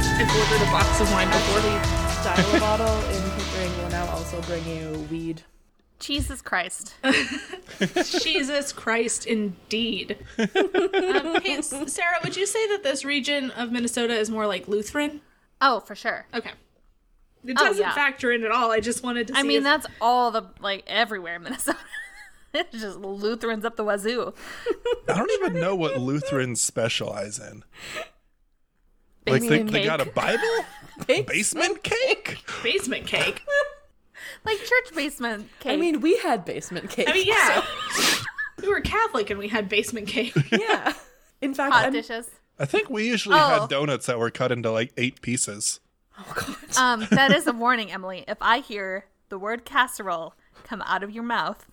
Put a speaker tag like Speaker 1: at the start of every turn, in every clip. Speaker 1: a box of wine before
Speaker 2: Actually, Style Bottle in Pickering will now also bring you weed.
Speaker 3: Jesus Christ.
Speaker 1: Jesus Christ, indeed. um, hey, S- Sarah, would you say that this region of Minnesota is more like Lutheran?
Speaker 3: Oh, for sure.
Speaker 1: Okay. It
Speaker 3: Oh,
Speaker 1: doesn't
Speaker 3: yeah.
Speaker 1: factor in at all. I just wanted to see
Speaker 3: I mean,
Speaker 1: if-
Speaker 3: that's all the like everywhere in Minnesota. it's just Lutherans up the wazoo.
Speaker 4: I don't even know what Lutherans specialize in. Like
Speaker 3: Basement
Speaker 4: they, they
Speaker 3: cake.
Speaker 4: got a Bible, basement cake.
Speaker 1: basement cake.
Speaker 3: like church basement cake.
Speaker 2: I mean, we had basement cake.
Speaker 1: I mean, yeah. we were Catholic and we had basement cake.
Speaker 2: yeah. In fact,
Speaker 3: hot
Speaker 2: I'm,
Speaker 3: dishes.
Speaker 4: I think we usually
Speaker 3: Oh.
Speaker 4: had donuts that were cut into like eight pieces.
Speaker 2: oh god,
Speaker 3: Um, that is a warning, Emily. If I hear the word casserole come out of your mouth,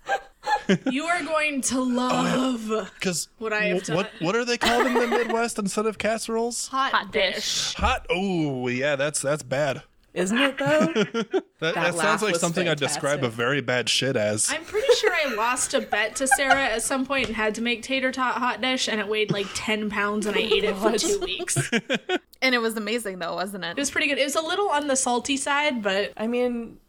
Speaker 1: You are going to love
Speaker 4: Because
Speaker 1: What I have
Speaker 4: what
Speaker 1: done.
Speaker 4: what are they called in the Midwest instead of casseroles?
Speaker 1: hot,
Speaker 3: Hot dish.
Speaker 4: Hot. Oh yeah, that's that's bad.
Speaker 2: isn't it though?
Speaker 4: That, that,
Speaker 2: That
Speaker 4: sounds
Speaker 2: laugh
Speaker 4: like
Speaker 2: was
Speaker 4: something I'd describe a
Speaker 2: fantastic.
Speaker 4: very bad shit as.
Speaker 1: I'm pretty sure I lost a bet to Sarah at some point and had to make tater tot hot dish, and it weighed like 10 pounds, and I ate it for two weeks. It
Speaker 3: and it was amazing though, wasn't it?
Speaker 1: was pretty good. It was a little on the salty side, but
Speaker 2: I mean,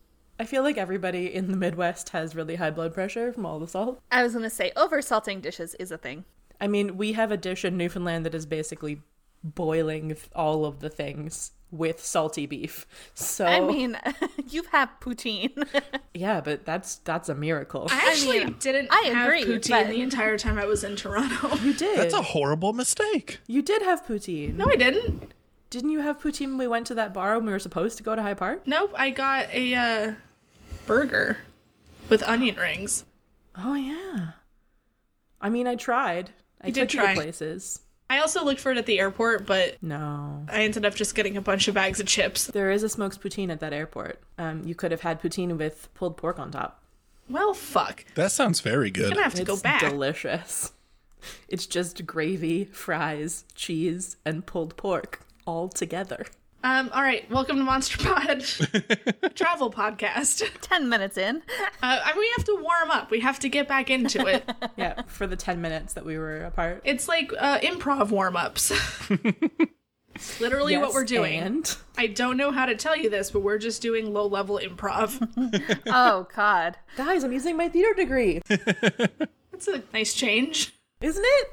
Speaker 2: I feel like everybody in the Midwest has really high blood pressure from all the salt.
Speaker 3: I was gonna say over salting dishes is a thing.
Speaker 2: I mean, we have a dish in Newfoundland that is basically boiling th- all of the things with salty beef. So
Speaker 4: Oh.
Speaker 3: I mean, you've had poutine.
Speaker 2: yeah, but that's that's a miracle.
Speaker 1: I actually
Speaker 3: mean,
Speaker 1: didn't
Speaker 3: I
Speaker 1: have
Speaker 3: agree,
Speaker 1: poutine
Speaker 3: but-
Speaker 1: the entire time I was in Toronto.
Speaker 2: you did.
Speaker 4: That's a horrible mistake.
Speaker 2: you did have poutine.
Speaker 1: no, I didn't.
Speaker 2: Didn't you have poutine when we went to that bar when we were supposed to go to High Park?
Speaker 1: Nope, I got a uh, burger with onion rings.
Speaker 2: Oh yeah. I mean, I tried. I
Speaker 1: did
Speaker 2: took you to
Speaker 1: try.
Speaker 2: places.
Speaker 1: I also looked for it at the airport, but
Speaker 2: No.
Speaker 1: I ended up just getting a bunch of bags of chips.
Speaker 2: There is a smoked poutine at that airport. Um, you could have had poutine with pulled pork on top.
Speaker 1: Well, fuck.
Speaker 4: That sounds very
Speaker 1: I'm
Speaker 4: good.
Speaker 1: gonna have to
Speaker 2: it's
Speaker 1: go back.
Speaker 2: delicious. It's just gravy, fries, cheese, and pulled pork all together.
Speaker 1: um, all right, welcome to Monster Pod, travel podcast.
Speaker 3: Ten minutes in,
Speaker 1: Uh, I- we have to warm up. We have to get back into it.
Speaker 2: Yeah, for the 10 minutes that we were apart.
Speaker 1: It's like uh, improv warm ups. It's literally what
Speaker 2: Yes,
Speaker 1: we're doing.
Speaker 2: And
Speaker 1: I don't know how to tell you this, but we're just doing low level improv.
Speaker 3: oh god,
Speaker 2: guys, I'm using my theater degree.
Speaker 1: That's a nice change.
Speaker 2: Isn't it?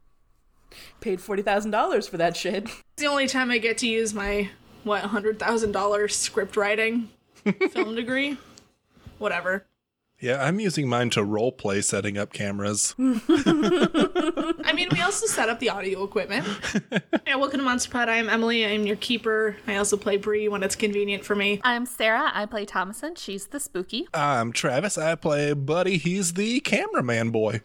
Speaker 2: Paid $40,000 for that shit.
Speaker 1: It's the only time I get to use my what hundred thousand dollar script writing film degree. Whatever.
Speaker 4: Yeah, I'm using mine to role play setting up cameras.
Speaker 1: I mean, we also set up the audio equipment. yeah, welcome to Monster Pod. I'm Emily. I'm your keeper. I also play Bree when it's convenient for me.
Speaker 3: I'm Sarah. I play Thomason. She's the spooky.
Speaker 4: I'm Travis. I play Buddy. He's the cameraman boy.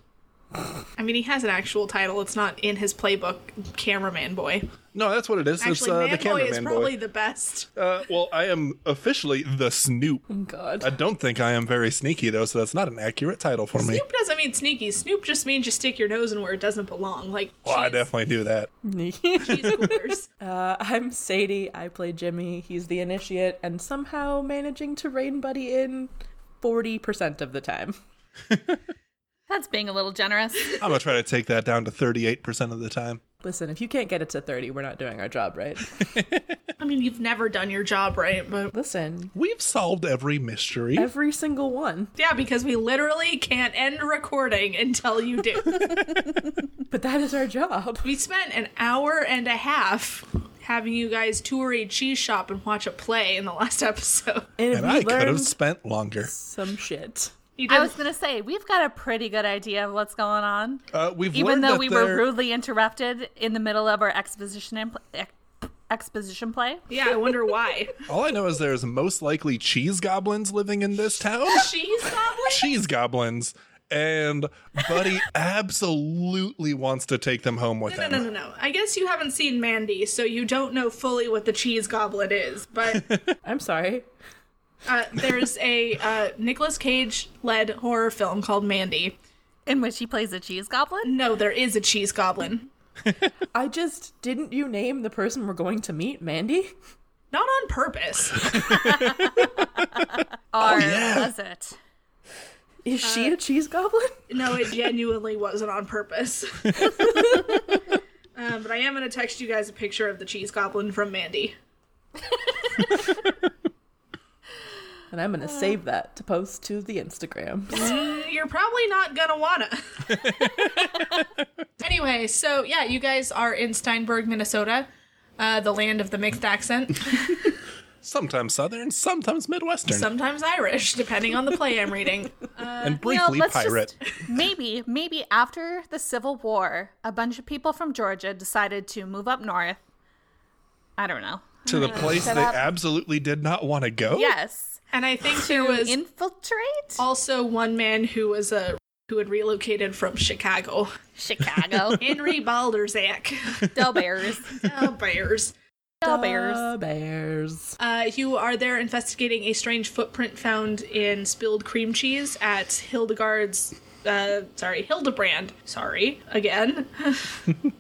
Speaker 1: I mean, he has an actual title. It's not in his playbook, Cameraman Boy.
Speaker 4: No, that's what it is. it's
Speaker 1: Actually,
Speaker 4: uh,
Speaker 1: Man
Speaker 4: the
Speaker 1: Boy is
Speaker 4: cameraman
Speaker 1: probably
Speaker 4: boy.
Speaker 1: the best.
Speaker 4: Uh, well, I am officially the Snoop.
Speaker 2: God.
Speaker 4: I don't think I am very sneaky though, so that's not an accurate title for me.
Speaker 1: Snoop doesn't mean sneaky. Snoop just means you stick your nose in where it doesn't belong. Like,
Speaker 4: Well, I
Speaker 1: cheese-
Speaker 4: definitely do that.
Speaker 1: cheese coolers.
Speaker 2: Uh, I'm Sadie. I play Jimmy. He's the initiate and somehow managing to rein Buddy in 40% of the time.
Speaker 3: That's being a little generous.
Speaker 4: I'm gonna try to take that down to 38% of the time.
Speaker 2: Listen, if you can't get it to 30, we're not doing our job right.
Speaker 1: I mean, you've never done your job right, but
Speaker 2: Listen,
Speaker 4: We've solved every mystery.
Speaker 2: every single one.
Speaker 1: yeah, because we literally can't end recording until you do.
Speaker 2: But that is our job.
Speaker 1: we spent an hour and a half having you guys tour a cheese shop and watch a play in the last episode.
Speaker 2: And,
Speaker 4: and
Speaker 2: we
Speaker 4: I could
Speaker 2: learned
Speaker 4: have spent longer.
Speaker 2: some shit.
Speaker 1: You did
Speaker 3: I was gonna say we've got a pretty good idea of what's going on,
Speaker 4: Uh, we've
Speaker 3: even
Speaker 4: learned
Speaker 3: though
Speaker 4: that
Speaker 3: we were
Speaker 4: there-
Speaker 3: rudely interrupted in the middle of our exposition and pl- ex- exposition play.
Speaker 1: Yeah, I wonder why.
Speaker 4: All I know is there's most likely cheese goblins living in this town.
Speaker 1: Cheese goblin?
Speaker 4: cheese goblins. And Buddy absolutely wants to take them home with
Speaker 1: No,
Speaker 4: him.
Speaker 1: no, no, no. I guess you haven't seen Mandy, so you don't know fully what the cheese goblin is. But
Speaker 2: I'm sorry.
Speaker 1: uh, there's a uh, Nicolas Cage led horror film called Mandy.
Speaker 3: in which he plays a cheese goblin.
Speaker 1: No, there is a cheese goblin.
Speaker 2: I just didn't you name the person we're going to meet, Mandy?
Speaker 1: Not on purpose.
Speaker 3: Or
Speaker 4: Oh, yeah.
Speaker 3: was it?
Speaker 2: Is she a cheese goblin?
Speaker 1: No, it genuinely wasn't on purpose. Um, but I am going to text you guys a picture of the cheese goblin from Mandy.
Speaker 2: And I'm going to save that to post to the Instagram.
Speaker 1: Mm, You're probably not gonna wanna. anyway, so yeah, you guys are in Steinberg, Minnesota, uh, the land of the mixed accent,
Speaker 4: Sometimes Southern, sometimes Midwestern,
Speaker 1: sometimes Irish, depending on the play I'm reading.
Speaker 4: and
Speaker 3: You know,
Speaker 4: briefly
Speaker 3: let's
Speaker 4: pirate.
Speaker 3: just- maybe, maybe after the Civil War, a bunch of people from Georgia decided to move up north. I don't know.
Speaker 4: to the place they
Speaker 3: Hmm. set up-
Speaker 4: absolutely did not want to go.
Speaker 3: Yes.
Speaker 1: And I think there was
Speaker 3: Infiltrate
Speaker 1: also one man who was a who had relocated from Chicago,
Speaker 3: Chicago.
Speaker 1: Henry Balderzak.
Speaker 3: Del Bears.
Speaker 1: Oh, bears.
Speaker 3: Del
Speaker 4: Uh,
Speaker 3: Bears.
Speaker 2: The Bears.
Speaker 1: Uh, you are there investigating a strange footprint found in spilled cream cheese at Hildegard's. Uh, sorry, Hildebrand. Sorry, again.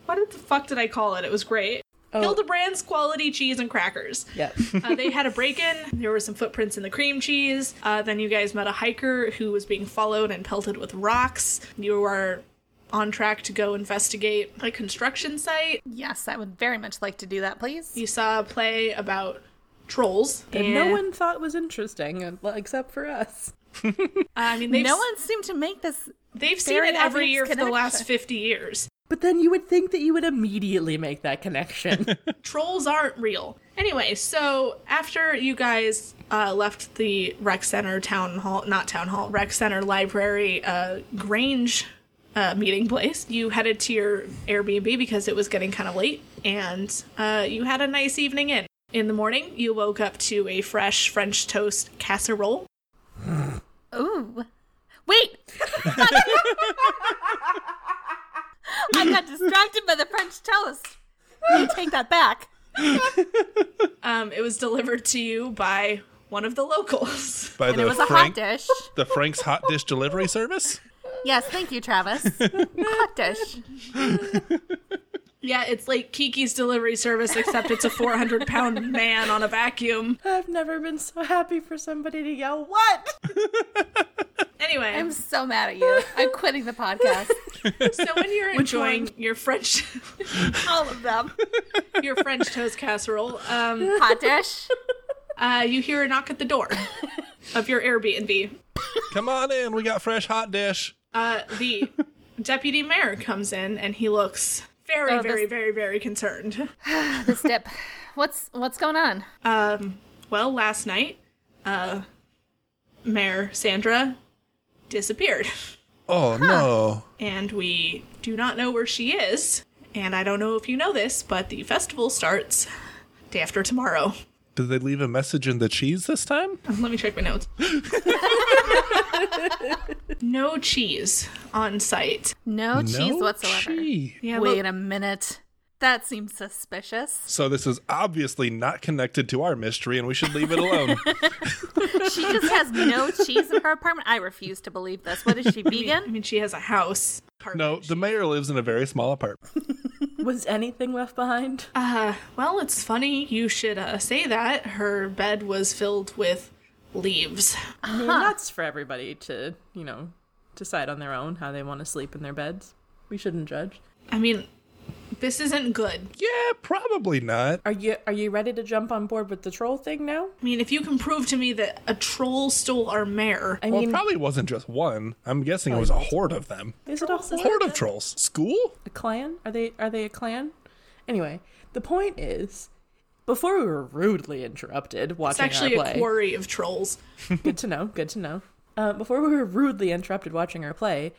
Speaker 1: what the fuck did I call it? It was great. Hildebrand's quality cheese and crackers.
Speaker 2: Yep.
Speaker 1: Uh, they had a break in. There were some footprints in the cream cheese. Uh, then you guys met a hiker who was being followed and pelted with rocks. You were on track to go investigate a construction site.
Speaker 3: Yes, I would very much like to do that, please.
Speaker 1: You saw a play about trolls. Eh,
Speaker 2: That
Speaker 1: and-
Speaker 2: no one thought was interesting uh, except for us.
Speaker 1: I mean, they've
Speaker 3: No one seemed to make this.
Speaker 1: They've seen
Speaker 3: Very
Speaker 1: it every
Speaker 3: obvious
Speaker 1: year for the last
Speaker 3: connection.
Speaker 1: 50 years.
Speaker 2: But then you would think that you would immediately make that connection.
Speaker 1: Trolls aren't real. Anyway, so after you guys uh, left the rec center town hall, not town hall, rec center library uh, Grange uh, meeting place, you headed to your Airbnb because it was getting kind of late and uh, you had a nice evening in. In the morning, you woke up to a fresh French toast casserole.
Speaker 3: Ooh. Wait! I got distracted by the French toast. You take that back.
Speaker 1: Um, it was delivered to you by one of the locals.
Speaker 4: By
Speaker 3: And
Speaker 4: the
Speaker 3: it was a hot
Speaker 4: Frank,
Speaker 3: dish.
Speaker 4: the Frank's hot dish delivery service.
Speaker 3: Yes, thank you, Travis. hot dish.
Speaker 1: Yeah, it's like Kiki's delivery service, except it's a 400 pound man on a vacuum.
Speaker 2: I've never been so happy for somebody to yell, What?
Speaker 1: Anyway,
Speaker 3: I'm so mad at you. I'm quitting the podcast.
Speaker 1: so when you're enjoying your French
Speaker 3: All of them.
Speaker 1: your French toast casserole, um,
Speaker 3: Hot dish.
Speaker 1: uh, you hear a knock at the door of your Airbnb.
Speaker 4: Come on in, we got fresh hot dish.
Speaker 1: Uh, the deputy mayor comes in and he looks very,
Speaker 3: Oh, this-
Speaker 1: very, very, very concerned.
Speaker 3: This dip. What's what's going on?
Speaker 1: Um, well, last night, uh, Mayor Sandra disappeared.
Speaker 4: Oh no.
Speaker 1: and we do not know where she is. And I don't know if you know this, but the festival starts day after tomorrow.
Speaker 4: Did they leave a message in the cheese this time?
Speaker 1: Let me check my notes. no cheese on site.
Speaker 3: No, cheese whatsoever.
Speaker 4: cheese.
Speaker 1: Yeah,
Speaker 3: Wait
Speaker 1: but
Speaker 3: a minute. That seems suspicious.
Speaker 4: So this is obviously not connected to our mystery, and we should leave it alone.
Speaker 3: She just has no cheese in her apartment. I refuse to believe this. What is she
Speaker 1: I
Speaker 3: vegan?
Speaker 1: mean, she has a house.
Speaker 4: no, the mayor lives in a very small apartment.
Speaker 2: Was anything left behind?
Speaker 1: Uh, well, it's funny you should uh, say that. Her bed was filled with leaves.
Speaker 2: I
Speaker 1: Uh-huh.
Speaker 2: mean, that's for everybody to, you know, decide on their own how they want to sleep in their beds. We shouldn't judge.
Speaker 1: I mean, this isn't good.
Speaker 4: Yeah, probably not.
Speaker 2: Are you are you ready to jump on board with the troll thing now?
Speaker 1: I mean, if you can prove to me that a troll stole our mayor,
Speaker 2: I
Speaker 4: Well, it
Speaker 2: mean,
Speaker 4: probably wasn't just one. I'm guessing it
Speaker 3: Oh,
Speaker 4: was a horde of them.
Speaker 2: is it a whole
Speaker 4: Horde of trolls. School?
Speaker 2: a clan? Are they are they a clan? Anyway, the point is, before we were rudely interrupted
Speaker 1: it's
Speaker 2: watching
Speaker 1: actually
Speaker 2: our
Speaker 1: a
Speaker 2: play.
Speaker 1: quarry of trolls.
Speaker 2: good to know. Good to know. Uh, before we were rudely interrupted watching our play,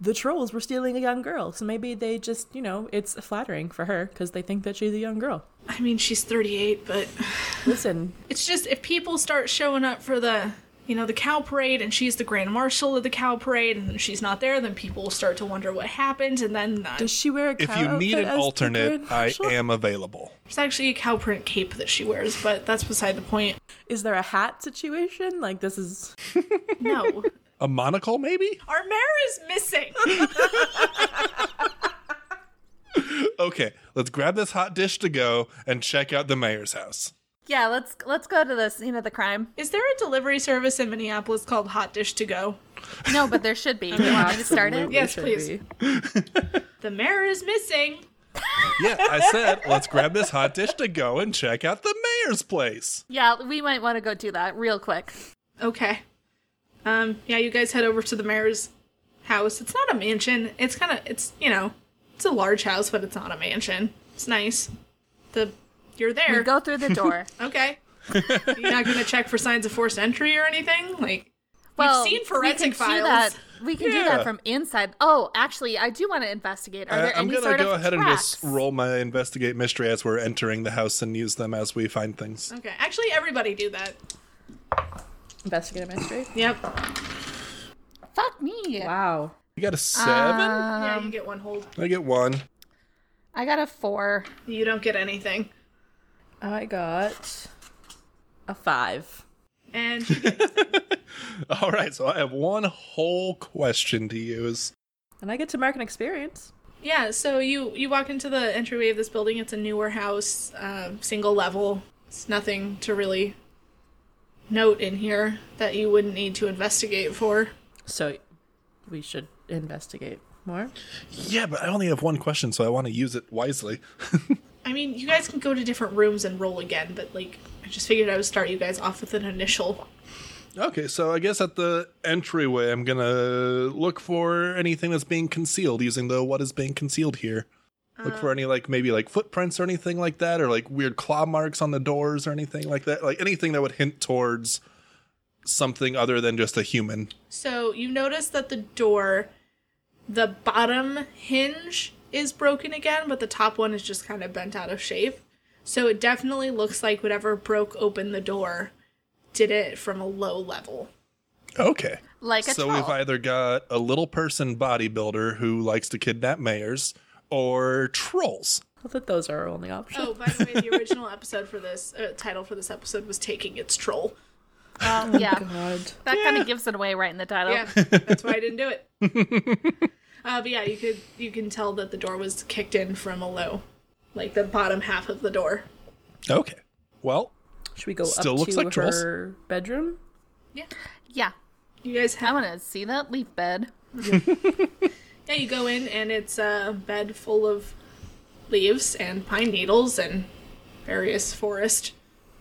Speaker 2: the trolls were stealing a young girl. So maybe they just, you know, it's flattering for her because they think that she's a young girl.
Speaker 1: I mean, she's 38, but
Speaker 2: Listen,
Speaker 1: it's just if people start showing up for the, you know, the cow parade and she's the grand marshal of the cow parade and she's not there, then people will start to wonder what happened. And then uh,
Speaker 2: Does she wear a cow
Speaker 4: If you need
Speaker 2: outfit
Speaker 4: an
Speaker 2: as the
Speaker 4: alternate,
Speaker 2: Grand
Speaker 4: I
Speaker 2: Marshal?
Speaker 4: am available.
Speaker 1: there's actually a cow print cape that she wears, but that's beside the point.
Speaker 2: Is there a hat situation? Like this is
Speaker 1: No,
Speaker 4: A monocle, maybe?
Speaker 1: our mare is missing.
Speaker 4: Okay, let's grab this hot dish to go and check out the mayor's house.
Speaker 3: Yeah, let's let's go to this. You know the crime.
Speaker 1: Is there a delivery service in Minneapolis called Hot Dish to Go?
Speaker 3: No, but there should be. You want me to start it?
Speaker 1: Yes,
Speaker 2: should
Speaker 1: please.
Speaker 2: be.
Speaker 1: The mare is missing.
Speaker 4: Yeah, I said, let's grab this hot dish to go and check out the mayor's place.
Speaker 3: Yeah, we might want to go do that real quick.
Speaker 1: Okay. Um, yeah, you guys head over to the mayor's house. It's not a mansion. It's kind of it's you know, it's a large house, but it's not a mansion. It's nice. The you're there.
Speaker 3: We go through the door.
Speaker 1: okay. you're not gonna check for signs of forced entry or anything. Like
Speaker 3: well,
Speaker 1: seen
Speaker 3: we can
Speaker 1: forensic
Speaker 3: Do
Speaker 1: files.
Speaker 3: that. We can do
Speaker 4: Yeah.
Speaker 3: that from inside. Oh, actually, I do want to investigate. Are
Speaker 4: I,
Speaker 3: there
Speaker 4: Uh, I'm
Speaker 3: any
Speaker 4: going to
Speaker 3: sort
Speaker 4: go
Speaker 3: of
Speaker 4: ahead and
Speaker 3: tracks?
Speaker 4: just roll my investigate mystery as we're entering the house and use them as we find things.
Speaker 1: okay, actually everybody do that.
Speaker 2: Investigate a mystery.
Speaker 1: Yep.
Speaker 3: Fuck me.
Speaker 2: Wow.
Speaker 4: You
Speaker 3: Uh,
Speaker 4: got a seven?
Speaker 1: yeah,
Speaker 3: Um,
Speaker 1: you get one hold.
Speaker 4: I get one.
Speaker 3: I got a four.
Speaker 1: You don't get anything.
Speaker 2: I got a five.
Speaker 1: And you get-
Speaker 4: All right, so I have one whole question to use.
Speaker 2: And I get to mark an experience.
Speaker 1: yeah, so you you walk into the entryway of this building. It's a newer house, uh, single level. It's nothing to really note in here that you wouldn't need to investigate for.
Speaker 2: So we should investigate more.
Speaker 4: Yeah, but I only have one question, so I want to use it wisely.
Speaker 1: I mean, you guys can go to different rooms and roll again, but like, I just figured I would start you guys off with an initial.
Speaker 4: Okay, so I guess at the entryway, I'm gonna look for anything that's being concealed using the what is being concealed here. Look
Speaker 3: Uh.
Speaker 4: for any like maybe like footprints or anything like that, or like weird claw marks on the doors or anything like that. Like anything that would hint towards something other than just a human.
Speaker 1: So you notice that the door, the bottom hinge is broken again, but the top one is just kind of bent out of shape. So it definitely looks like whatever broke open the door did it from a low level.
Speaker 4: Okay.
Speaker 3: Like a
Speaker 4: so
Speaker 3: troll.
Speaker 4: we've either got a little person bodybuilder who likes to kidnap mayors or trolls.
Speaker 2: I thought those are our only options.
Speaker 1: Oh, by the way, the original episode for this uh, title for this episode was "Taking Its Troll."
Speaker 3: Um, yeah,
Speaker 2: God.
Speaker 3: that kind of gives it away right in the title.
Speaker 1: Yeah, that's why I didn't do it. uh, but yeah, you could you can tell that the door was kicked in from a low, like the bottom half of the door.
Speaker 4: Okay. Well,
Speaker 2: Should we go
Speaker 4: Still
Speaker 2: up
Speaker 4: looks
Speaker 2: to
Speaker 4: like trolls.
Speaker 2: her bedroom?
Speaker 1: Yeah,
Speaker 3: Yeah.
Speaker 1: you guys
Speaker 3: I
Speaker 1: have.
Speaker 3: want to see that leaf bed.
Speaker 1: Yeah, you go in and it's a bed full of leaves and pine needles and various forest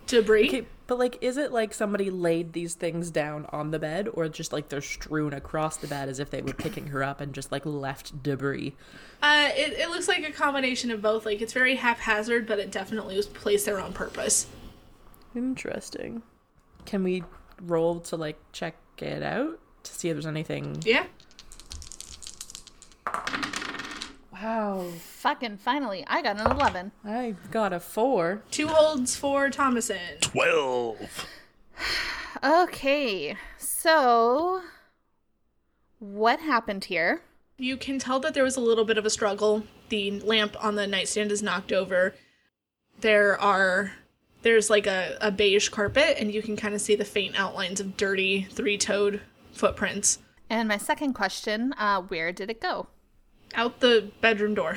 Speaker 1: debris.
Speaker 2: Okay, but like, is it like somebody laid these things down on the bed, or just like they're strewn across the bed as if they were picking her up and just like left debris?
Speaker 1: Uh, it, it looks like a combination of both. Like it's very haphazard, but it definitely was placed there on purpose.
Speaker 2: Interesting. Can we roll to like check it out to see if there's anything?
Speaker 1: Yeah.
Speaker 2: Wow,
Speaker 3: Fucking finally, I got an 11.
Speaker 2: I got a four.
Speaker 1: Two holds for Thomason.
Speaker 4: 12.
Speaker 3: Okay, so what happened here?
Speaker 1: You can tell that there was a little bit of a struggle. The lamp on the nightstand is knocked over. There are there's like a, a beige carpet and you can kind of see the faint outlines of dirty three-toed footprints
Speaker 3: And my second question uh, where did it go?
Speaker 1: out the bedroom door.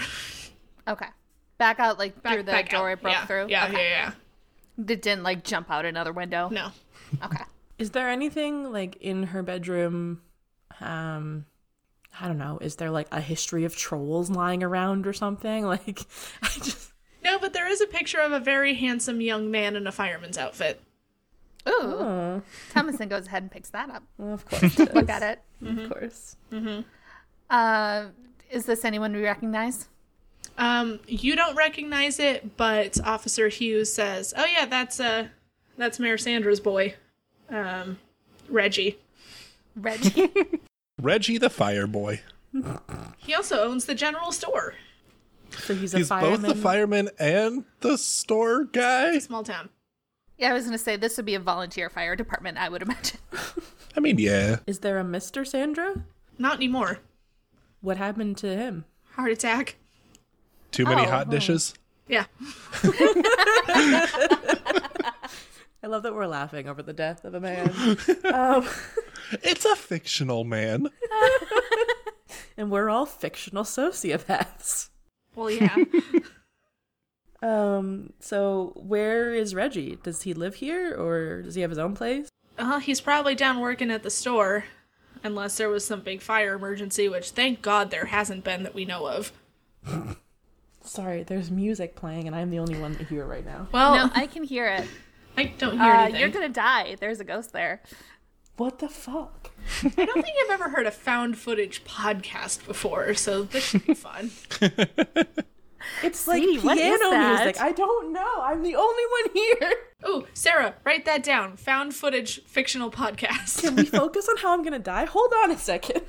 Speaker 3: Okay. Back out, like through the
Speaker 1: back
Speaker 3: door
Speaker 1: out.
Speaker 3: it broke
Speaker 1: yeah,
Speaker 3: through?
Speaker 1: Yeah,
Speaker 3: Okay.
Speaker 1: yeah,
Speaker 3: It didn't, like, jump out another window?
Speaker 1: yeah. No.
Speaker 3: Okay.
Speaker 2: Is there anything like in her bedroom? Um, I don't know. Is there like a history of trolls lying around or something? Like, I just
Speaker 1: No, but there is a picture of a very handsome young man in a fireman's outfit.
Speaker 3: Ooh.
Speaker 1: Oh.
Speaker 3: Thomason goes ahead and picks that up.
Speaker 2: well, of course, it
Speaker 3: Look
Speaker 2: is.
Speaker 3: at it. Mm-hmm.
Speaker 2: of course.
Speaker 3: Uh, is this anyone we recognize?
Speaker 1: Um, you don't recognize it, but Officer Hughes says, "Oh yeah, that's uh, that's Mayor Sandra's boy, um, Reggie."
Speaker 3: Reggie.
Speaker 4: Reggie the Fire Boy.
Speaker 1: He also owns the general store.
Speaker 2: So he's a
Speaker 4: He's
Speaker 2: fireman.
Speaker 4: both the fireman and the store guy.
Speaker 1: Small town.
Speaker 3: yeah, I was going to say this would be a volunteer fire department, I would imagine.
Speaker 4: I mean, yeah.
Speaker 2: Is there a Mr. Sandra?
Speaker 1: Not anymore.
Speaker 2: What happened to him?
Speaker 1: Heart attack.
Speaker 4: Too many
Speaker 3: Oh,
Speaker 4: hot
Speaker 3: oh.
Speaker 4: dishes.
Speaker 1: Yeah.
Speaker 2: I love that we're laughing over the death of a man. um,
Speaker 4: It's a fictional man.
Speaker 2: and we're all fictional sociopaths.
Speaker 1: Well, yeah.
Speaker 2: Um, so where is Reggie? Does he live here or does he have his own place?
Speaker 1: uh, he's probably down working at the store, unless there was some big fire emergency, which thank God there hasn't been that we know of.
Speaker 2: Sorry, there's music playing, and I'm the only one here right now.
Speaker 1: Well,
Speaker 3: No, Oh, I can hear it.
Speaker 1: I don't hear
Speaker 3: Uh,
Speaker 1: anything.
Speaker 3: you're gonna die. There's a ghost there.
Speaker 2: What the fuck?
Speaker 1: I don't think I've ever heard a found footage podcast before, so this should be fun.
Speaker 2: It's like
Speaker 3: Sadie, what is
Speaker 2: piano
Speaker 3: that?
Speaker 2: music. I don't know. I'm the only one here.
Speaker 1: Oh, Sarah, write that down. Found footage fictional podcast.
Speaker 2: Can we focus on how I'm gonna die? Hold on a second.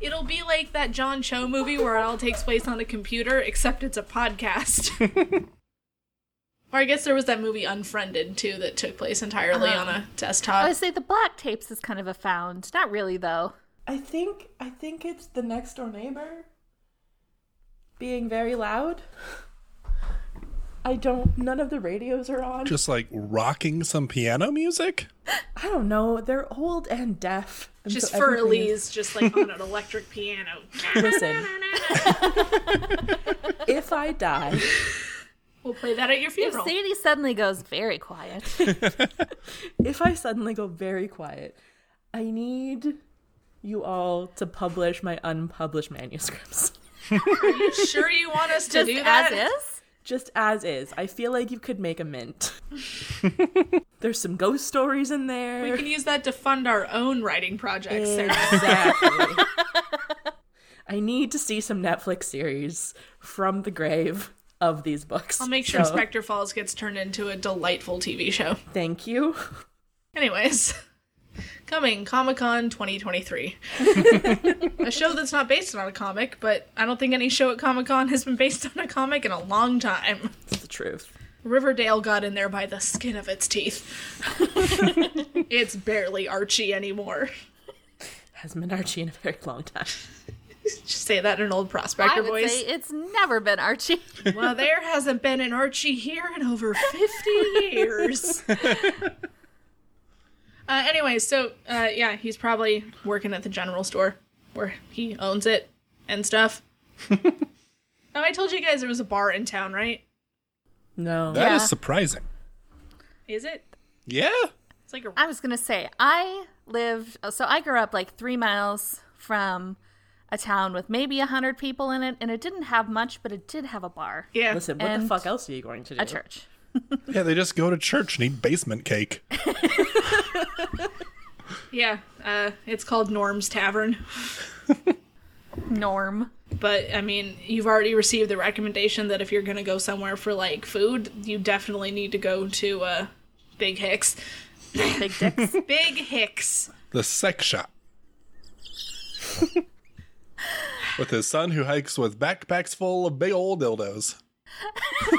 Speaker 1: It'll be like that John Cho movie where it all takes place on a computer, except it's a podcast. or I guess there was that movie Unfriended too that took place entirely
Speaker 3: Uh-huh.
Speaker 1: on a desktop.
Speaker 3: I would say the black tapes is kind of a found. Not really though.
Speaker 2: I think I think it's the next door neighbor being very loud. I don't. None of the radios are on.
Speaker 4: Just like rocking some piano music?
Speaker 2: I don't know. They're old and deaf. and
Speaker 1: just
Speaker 2: so
Speaker 1: for
Speaker 2: everything is-
Speaker 1: Elise, just like on an electric piano.
Speaker 2: Listen. if I die,
Speaker 1: We'll play that at your
Speaker 3: If
Speaker 1: funeral.
Speaker 3: Sadie suddenly goes very quiet,
Speaker 2: if I suddenly go very quiet, I need you all to publish my unpublished manuscripts.
Speaker 1: sure you want us to
Speaker 3: just
Speaker 1: do
Speaker 3: as
Speaker 1: that?
Speaker 3: is.
Speaker 2: Just as is. I feel like you could make a mint. There's some ghost stories in
Speaker 1: We
Speaker 2: there.
Speaker 1: can use that to fund our own writing projects, Sarah.
Speaker 2: Exactly. I need to see some Netflix series from the grave of these books.
Speaker 1: I'll make sure
Speaker 2: So,
Speaker 1: Spectre Falls gets turned into a delightful TV show.
Speaker 2: Thank you.
Speaker 1: Anyways, coming Comic Con 2023. a show that's not based on a comic, but I don't think any show at Comic Con has been based on a comic in a long time.
Speaker 2: It's the truth.
Speaker 1: Riverdale got in there by the skin of its teeth. it's barely Archie anymore.
Speaker 2: Hasn't been Archie in a very long time.
Speaker 1: Just say that in an old
Speaker 3: I
Speaker 1: prospector
Speaker 3: would
Speaker 1: voice.
Speaker 3: say it's never been Archie.
Speaker 1: Well, there hasn't been an Archie here in over 50 years. uh, anyway, so uh, yeah, he's probably working at the general store where he owns it and stuff. oh, I told you guys there was a bar in town, right?
Speaker 2: No.
Speaker 4: That is
Speaker 3: Yeah.
Speaker 4: surprising.
Speaker 1: Is it?
Speaker 4: Yeah.
Speaker 1: It's like a.
Speaker 3: I was gonna say I lived. So I grew up like three miles from a town with maybe a hundred people in it, and it didn't have much, but it did have a bar,
Speaker 1: Yeah.
Speaker 2: Listen, what the
Speaker 3: And
Speaker 2: fuck else are you going to do?
Speaker 3: a church.
Speaker 4: Yeah, they just go to church and eat basement cake.
Speaker 1: Yeah. Uh, it's called Norm's Tavern.
Speaker 3: Norm.
Speaker 1: But, I mean, you've already received the recommendation that if you're going to go somewhere for, like, food, you definitely need to go to uh, Big Hicks.
Speaker 3: Big dicks.
Speaker 1: Big Hicks.
Speaker 4: The sex shop. with his son who hikes with backpacks full of big old dildos.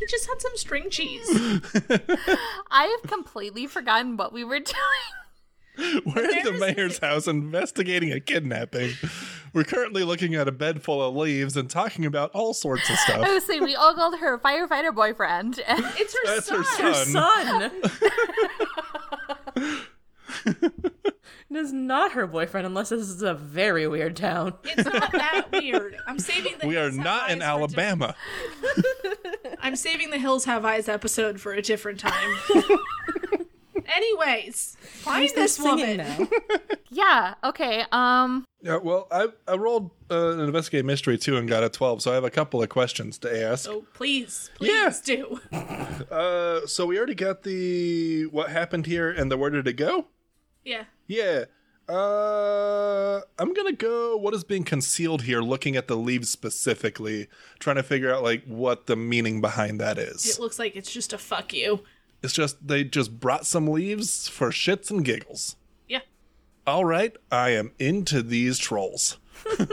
Speaker 1: He just had some string cheese.
Speaker 3: I have completely forgotten what we were doing.
Speaker 4: We're at the mayor's house investigating a kidnapping. We're currently looking at a bed full of leaves and talking about all sorts of
Speaker 3: I
Speaker 4: stuff.
Speaker 3: was saying we all called her firefighter boyfriend. And
Speaker 1: It's her
Speaker 4: That's her
Speaker 1: son.
Speaker 4: son.
Speaker 2: Her son It is not her boyfriend unless this is a very weird town.
Speaker 1: It's not that weird. I'm saving the
Speaker 4: We are
Speaker 1: Hills Have
Speaker 4: not in
Speaker 1: Eyes for a diff-
Speaker 4: Alabama.
Speaker 1: I'm saving the Hills Have Eyes episode for a different time. Anyways, find this woman.
Speaker 2: now.
Speaker 3: yeah, okay. Um
Speaker 4: Yeah, well, I, I rolled uh, an investigate mystery too and got a 12, so I have a couple of questions to ask.
Speaker 1: So Oh, please, please
Speaker 4: Yeah.
Speaker 1: do.
Speaker 4: Uh, so we already got the what happened here and the where did it go?
Speaker 1: Yeah.
Speaker 4: Yeah. Uh, I'm gonna go. What is being concealed here? Looking at the leaves specifically, trying to figure out like what the meaning behind that is.
Speaker 1: It looks like it's just a fuck you.
Speaker 4: It's just they just brought some leaves for shits and giggles.
Speaker 1: Yeah.
Speaker 4: All right, I am into these trolls.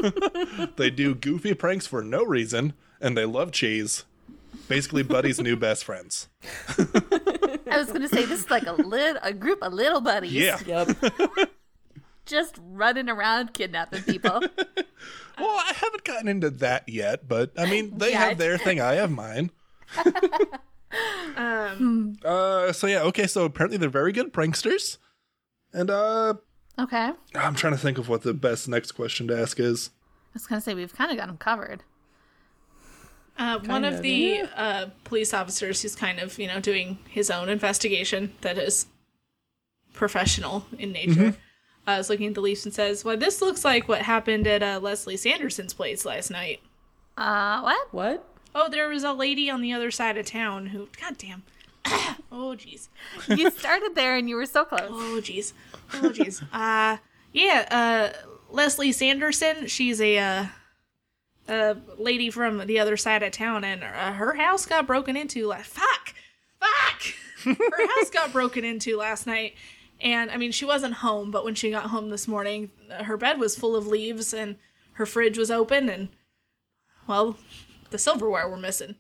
Speaker 4: they do goofy pranks for no reason, and they love cheese. Basically, Buddy's new best friends.
Speaker 3: I was gonna say this is like a lit a group of little buddies
Speaker 4: Yeah.
Speaker 2: Yep.
Speaker 3: just running around kidnapping people.
Speaker 4: Well, I haven't gotten into that yet, but I mean, they have
Speaker 3: Yet.
Speaker 4: their thing. I have mine.
Speaker 1: Um,
Speaker 4: Uh, so yeah, okay. So apparently they're very good pranksters, and uh,
Speaker 3: okay. I
Speaker 4: I'm trying to think of what the best next question to ask is.
Speaker 3: was gonna say we've kinda got them covered.
Speaker 1: uh, one of
Speaker 2: of,
Speaker 1: the uh, police officers who's kind of, you know, doing his own investigation that is professional in nature uh, is looking at the leaves and says, Well, this looks like what happened at uh, Leslie Sanderson's place last night.
Speaker 3: Uh, what?
Speaker 2: What?
Speaker 1: Oh, there was a lady on the other side of town who. God damn. oh, jeez.
Speaker 3: You started there and you were so close.
Speaker 1: Oh, jeez. Oh, jeez. uh, yeah. Uh, Leslie Sanderson. She's a uh, a lady from the other side of town, and uh, her house got broken into. Like, fuck, fuck. her house got broken into last night, and I mean, she wasn't home, but when she got home this morning, her bed was full of leaves, and her fridge was open, and well, the silverware were missing.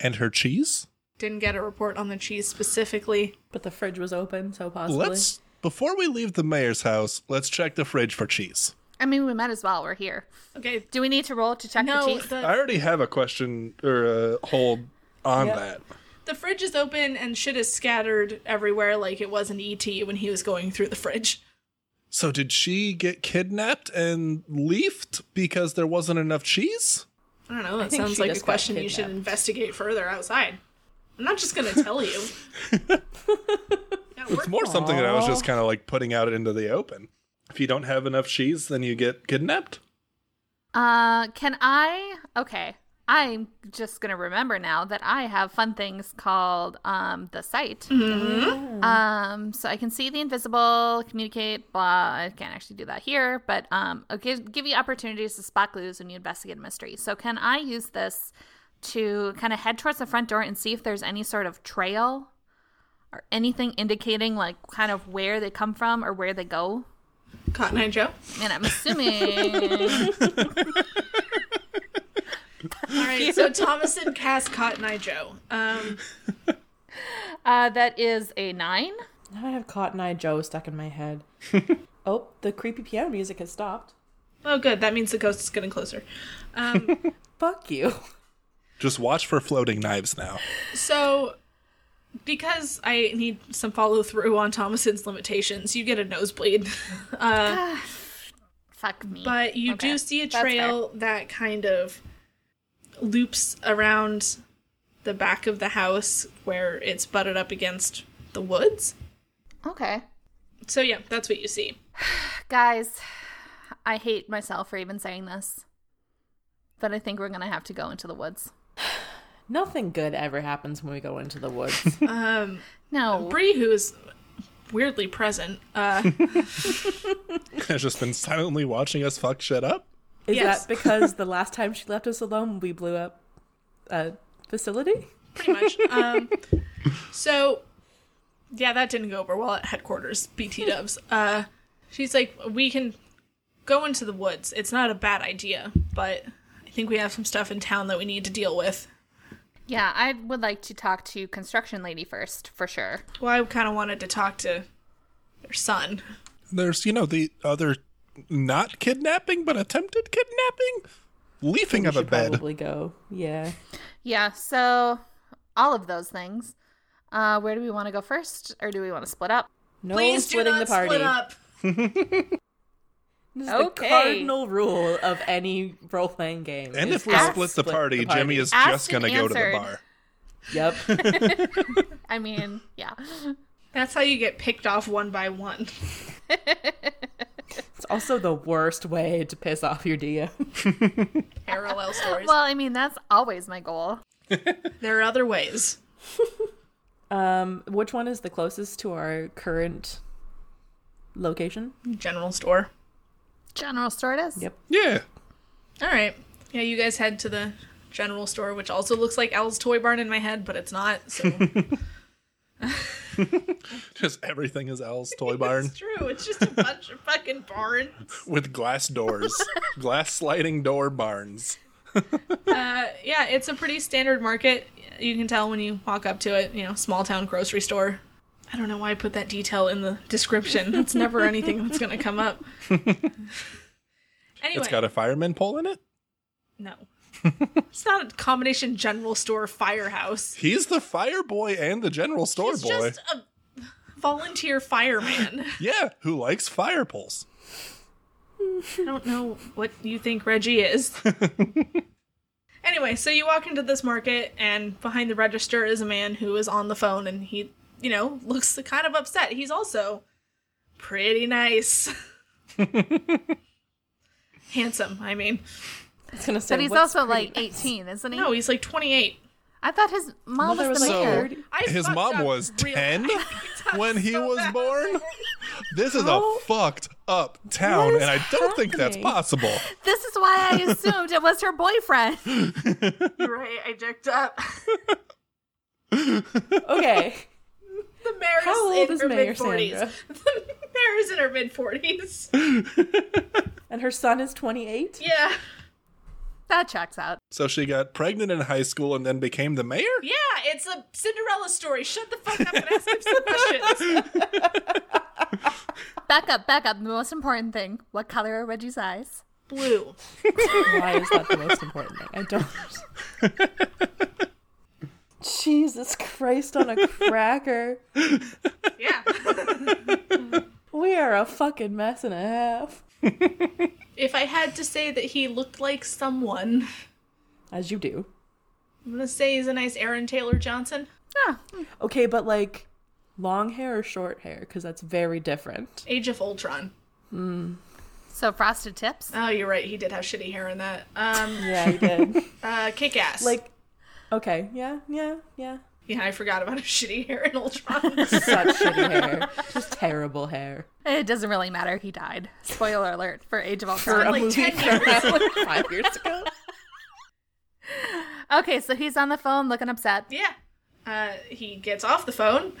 Speaker 4: And her cheese?
Speaker 1: Didn't get a report on the cheese specifically.
Speaker 2: But the fridge was open, so possibly.
Speaker 4: Let's before we leave the mayor's house, let's check the fridge for cheese.
Speaker 3: I mean, we might as well. We're here.
Speaker 1: Okay.
Speaker 3: Do we need to roll to check the
Speaker 1: No,
Speaker 3: cheese?
Speaker 1: the-
Speaker 4: I already have a question or a hold on
Speaker 2: Yep.
Speaker 4: that.
Speaker 1: The fridge is open and shit is scattered everywhere like it was in E.T. when he was going through the fridge.
Speaker 4: So did she get kidnapped and leafed because there wasn't enough cheese?
Speaker 1: I don't know, that
Speaker 2: think
Speaker 1: sounds
Speaker 2: she
Speaker 1: like a
Speaker 2: just got
Speaker 1: question you should
Speaker 2: kidnapped.
Speaker 1: investigate further outside. I'm not just gonna tell you. Got
Speaker 4: It's
Speaker 1: work-
Speaker 4: more something that I was
Speaker 2: Aw.
Speaker 4: just kind of like putting out into the open. If you don't have enough cheese, then you get kidnapped.
Speaker 3: Uh, can I? Okay, I'm just gonna remember now that I have fun things called um the site. Um, so I can see the invisible, communicate. Blah. I can't actually do that here, but um, it'll give give you opportunities to spot clues when you investigate a mystery. So can I use this to kind of head towards the front door and see if there's any sort of trail or anything indicating like kind of where they come from or where they go?
Speaker 1: Cotton Eye Joe.
Speaker 3: And I'm assuming.
Speaker 1: Alright, so Thomason cast Cotton Eye Joe. Um
Speaker 3: Uh, that is a nine.
Speaker 2: Now I have Cotton Eye Joe stuck in my head. oh, the creepy piano music has stopped.
Speaker 1: oh good, that means the ghost is getting closer.
Speaker 2: Fuck you.
Speaker 4: Just watch for floating knives now.
Speaker 1: So because I need some follow through on Thomason's limitations, you get a nosebleed.
Speaker 3: Fuck me.
Speaker 1: but you
Speaker 3: Okay,
Speaker 1: do see a
Speaker 3: that's
Speaker 1: trail that kind of loops around the back of the house where it's butted up against the woods.
Speaker 3: Okay.
Speaker 1: So yeah, that's what you see.
Speaker 3: Guys, I hate myself for even saying this. But I think we're going to have to go into the woods.
Speaker 2: Nothing good ever happens when we go into the woods.
Speaker 3: No.
Speaker 1: Bree, Um, who is weirdly present, uh,
Speaker 4: Has just been silently watching us fuck shit up.
Speaker 2: Is
Speaker 1: Yes.
Speaker 2: that because the last time she left us alone, we blew up a facility?
Speaker 1: pretty much. Um, so yeah, that didn't go over well at headquarters. BT Dubs. Uh, she's like, we can go into the woods. It's not a bad idea, but I think we have some stuff in town that we need to deal with.
Speaker 3: Yeah, I would like to talk to construction lady first, for sure.
Speaker 1: Well, I kind of wanted to talk to their son.
Speaker 4: There's, you know, the other not kidnapping, but attempted kidnapping? Leafing of a
Speaker 2: Should
Speaker 4: bed.
Speaker 2: probably go. Yeah.
Speaker 3: Yeah, so all of those things. Uh, where do we want to go first? Or do we want to split up?
Speaker 2: No
Speaker 1: Please do
Speaker 2: splitting
Speaker 1: not
Speaker 2: the party.
Speaker 1: split up.
Speaker 2: This is
Speaker 3: Okay.
Speaker 2: the cardinal rule of any role playing game.
Speaker 4: And
Speaker 2: is
Speaker 4: if we
Speaker 2: don't
Speaker 4: split the
Speaker 2: split
Speaker 4: party, Jimmy is
Speaker 3: Asked
Speaker 4: just
Speaker 3: and
Speaker 4: going to go to the
Speaker 3: answered.
Speaker 4: bar.
Speaker 2: Yep.
Speaker 3: I mean, yeah.
Speaker 1: That's how you get picked off one by one.
Speaker 2: It's also the worst way to piss off your DM.
Speaker 1: Parallel stories.
Speaker 3: Well, I mean, that's always my goal.
Speaker 1: there are other ways.
Speaker 2: Um, which one is the closest to our current location?
Speaker 1: General store.
Speaker 3: General store it is.
Speaker 2: Yep.
Speaker 4: Yeah.
Speaker 1: All right. Yeah, you guys head to the general store, which also looks like Al's Toy Barn in my head, but it's not. So
Speaker 4: Just everything is Al's toy barn
Speaker 1: it's true. It's just a bunch of fucking barns.
Speaker 4: with glass doors, glass sliding door barns.
Speaker 1: Yeah, it's a pretty standard market. You can tell when you walk up to it. You know, small town grocery store. I don't know why I put that detail in the description. It's never anything that's going to come up. anyway,
Speaker 4: It's got a fireman pole in it.
Speaker 1: No. it's not a combination general store firehouse.
Speaker 4: He's the fire boy and the general store
Speaker 1: It's
Speaker 4: boy.
Speaker 1: just a volunteer fireman.
Speaker 4: Yeah, who likes fire poles.
Speaker 1: I don't know what you think Reggie is. anyway, so you walk into this market, and behind the register is a man who is on the phone, and he, you know, looks kind of upset. He's also pretty nice. Handsome, I mean.
Speaker 2: I was gonna say,
Speaker 3: But he's
Speaker 2: what's
Speaker 3: also
Speaker 2: pretty?
Speaker 3: like 18, isn't he?
Speaker 1: No, he's like 28.
Speaker 3: I thought his mom
Speaker 2: Mother
Speaker 3: was the
Speaker 2: was like
Speaker 3: mayor.
Speaker 4: So
Speaker 2: Weird.
Speaker 1: I
Speaker 4: his
Speaker 1: fucked
Speaker 4: mom
Speaker 1: up
Speaker 4: was
Speaker 1: real-
Speaker 4: ten
Speaker 1: I fucked up
Speaker 4: when he
Speaker 1: so
Speaker 4: was
Speaker 1: bad.
Speaker 4: born. This is
Speaker 2: How-
Speaker 4: a fucked up town,
Speaker 2: is
Speaker 4: and I don't think that's
Speaker 2: happening?
Speaker 4: possible.
Speaker 3: This is why I assumed it was her boyfriend.
Speaker 1: You're right, I jacked up.
Speaker 2: okay.
Speaker 1: The mayor's
Speaker 2: How old
Speaker 1: in
Speaker 2: is
Speaker 1: her
Speaker 2: Mayor
Speaker 1: mid 40s.
Speaker 2: Sandra?
Speaker 1: The mayor is in her mid 40s.
Speaker 2: And her son is 28.
Speaker 1: Yeah.
Speaker 3: That checks out.
Speaker 4: So she got pregnant in high school and then became the mayor.
Speaker 1: Yeah, it's a Cinderella story. Shut the fuck up and ask him some questions.
Speaker 3: Back up, back up. The most important thing what color are Reggie's eyes?
Speaker 1: Blue.
Speaker 2: Why is that the most important thing? I don't. Jesus Christ on a cracker.
Speaker 1: Yeah.
Speaker 2: We are a fucking mess and a half.
Speaker 1: if I had to say that he looked like someone,
Speaker 2: As you do.
Speaker 1: I'm going to say he's a nice Aaron Taylor Johnson.
Speaker 3: Yeah.
Speaker 2: Okay, but like long hair or short hair? Because that's very different.
Speaker 1: Age of Ultron.
Speaker 3: So frosted tips?
Speaker 1: Oh, you're right. He did have shitty hair in that. Um,
Speaker 2: Yeah, you did.
Speaker 1: uh, kick ass.
Speaker 2: like, okay, yeah, yeah, yeah.
Speaker 1: yeah, I forgot about his shitty hair in Ultron.
Speaker 2: Such shitty hair. Just terrible hair.
Speaker 3: It doesn't really matter. He died. Spoiler alert for Age of
Speaker 2: For
Speaker 3: Ultron.
Speaker 2: a
Speaker 1: like
Speaker 2: movie
Speaker 1: 10
Speaker 2: from like five years ago.
Speaker 3: Okay, so he's on the phone looking upset.
Speaker 1: yeah. Uh, he gets off the phone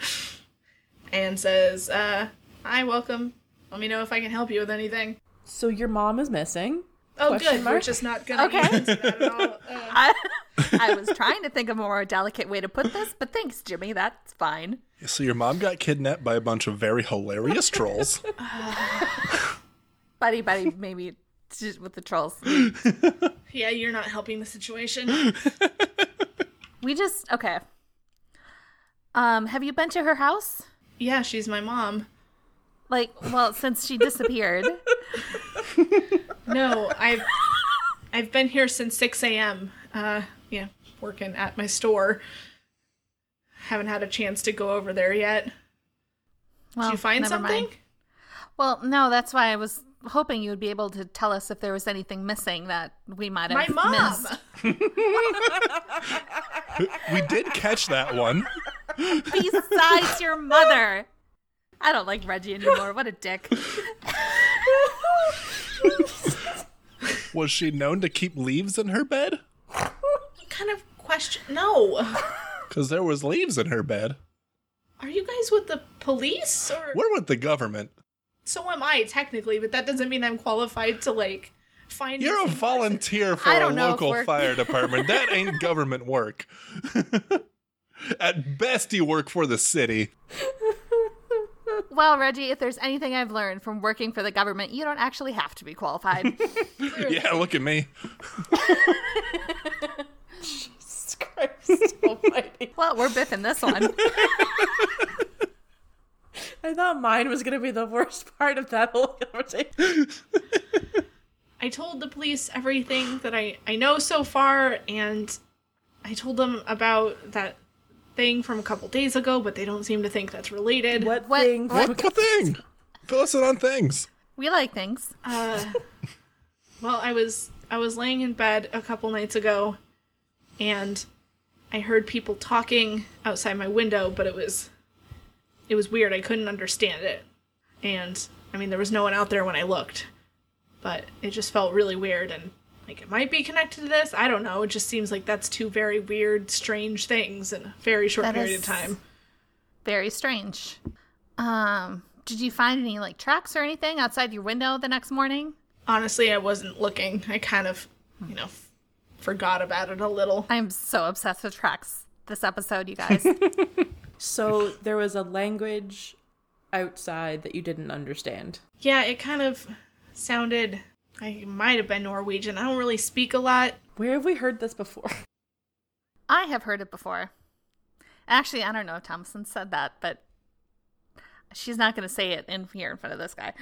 Speaker 1: and says, uh, "Hi, welcome. Let me know if I can help you with anything."
Speaker 2: So your mom is missing.
Speaker 1: Oh,
Speaker 2: Question
Speaker 1: good. We're
Speaker 2: mark?
Speaker 1: just not gonna
Speaker 3: Okay.
Speaker 1: get into that at all. Uh,
Speaker 3: I, I was trying to think of a more delicate way to put this, but thanks, Jimmy. That's fine.
Speaker 4: So your mom got kidnapped by a bunch of very hilarious trolls.
Speaker 3: Buddy, buddy, maybe just with the trolls.
Speaker 1: yeah, you're not helping the situation.
Speaker 3: We just okay. Um, have you been to her house?
Speaker 1: yeah, she's my mom.
Speaker 3: Like, well, since she disappeared.
Speaker 1: No, I've I've been here since 6 a.m. Uh, yeah, working at my store. Haven't had a chance to go over there yet.
Speaker 3: Well,
Speaker 1: Did you find
Speaker 3: never
Speaker 1: something?
Speaker 3: mind. Well, no, that's why I was hoping you would be able to tell us if there was anything missing that we might
Speaker 1: My
Speaker 3: have
Speaker 1: mom.
Speaker 3: missed.
Speaker 4: we did catch that one.
Speaker 3: Besides your mother. I don't like Reggie anymore. What a dick.
Speaker 4: Was she known to keep leaves in her bed?
Speaker 1: What kind of question? No.
Speaker 4: Because there was leaves in her bed.
Speaker 1: Are you guys with the police or
Speaker 4: We're with the government.
Speaker 1: so am I technically, but that doesn't mean I'm qualified to like find
Speaker 4: You're a
Speaker 1: missing
Speaker 4: volunteer for
Speaker 3: I
Speaker 4: a
Speaker 3: don't know if
Speaker 4: local
Speaker 3: we're-
Speaker 4: fire department. That ain't government work. At best, you work for the city.
Speaker 3: Well, Reggie, if there's anything I've learned from working for the government, you don't actually have to be qualified.
Speaker 4: Yeah, look at me.
Speaker 2: Jesus Christ Oh Almighty!
Speaker 3: well, we're biffing this one.
Speaker 2: I thought mine was gonna be the worst part of that whole conversation.
Speaker 1: I told the police everything that I, I know so far, and I told them about that thing from a couple days ago, but they don't seem to think that's related.
Speaker 2: What,
Speaker 3: What-
Speaker 2: thing?
Speaker 3: what-
Speaker 4: What thing? Fill us in on things.
Speaker 3: We like things.
Speaker 1: Uh, well, I was I was laying in bed a couple nights ago, and I heard people talking outside my window, but it was it was weird. I couldn't understand it, and I mean there was no one out there when I looked, but it just felt really weird and like it might be connected to this. I don't know. It just seems like that's two very weird, strange things in a very short
Speaker 3: That
Speaker 1: period
Speaker 3: is-
Speaker 1: of time.
Speaker 3: Very strange. Um, did you find any like tracks or anything outside your window the next morning?
Speaker 1: Honestly, I wasn't looking. I kind of, you know, f- forgot about it a little.
Speaker 3: I'm so obsessed with tracks this episode, you guys.
Speaker 2: So there was a language outside that you didn't understand.
Speaker 1: Yeah, it kind of sounded. I might have been Norwegian. I don't really speak a lot.
Speaker 2: Where have we heard this before?
Speaker 3: I have heard it before. Actually, I don't know if Thompson said that, but she's not going to say it in here in front of this guy.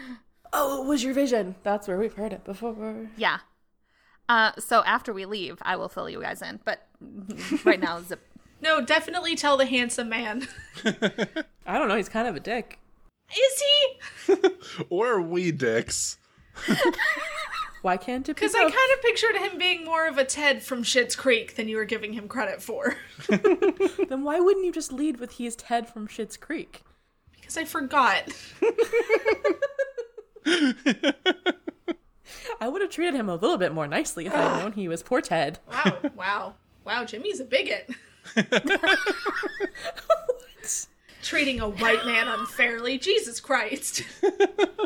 Speaker 2: Oh, it was your vision. That's where we've heard it before.
Speaker 3: Yeah. Uh, so after we leave, I will fill you guys in. But right now, zip.
Speaker 1: No, definitely tell the handsome man.
Speaker 2: I don't know. He's kind of a dick.
Speaker 1: Is he?
Speaker 4: Or we dicks.
Speaker 2: Why can't it be?
Speaker 1: Because I
Speaker 2: broke?
Speaker 1: kind of pictured him being more of a Ted from Schitt's Creek than you were giving him credit for.
Speaker 2: Then why wouldn't you just lead with he's Ted from Schitt's Creek?
Speaker 1: Because I forgot.
Speaker 2: I would have treated him a little bit more nicely if I'd known he was poor Ted.
Speaker 1: Wow, wow, wow, Jimmy's a bigot. Treating a white man unfairly. Jesus Christ.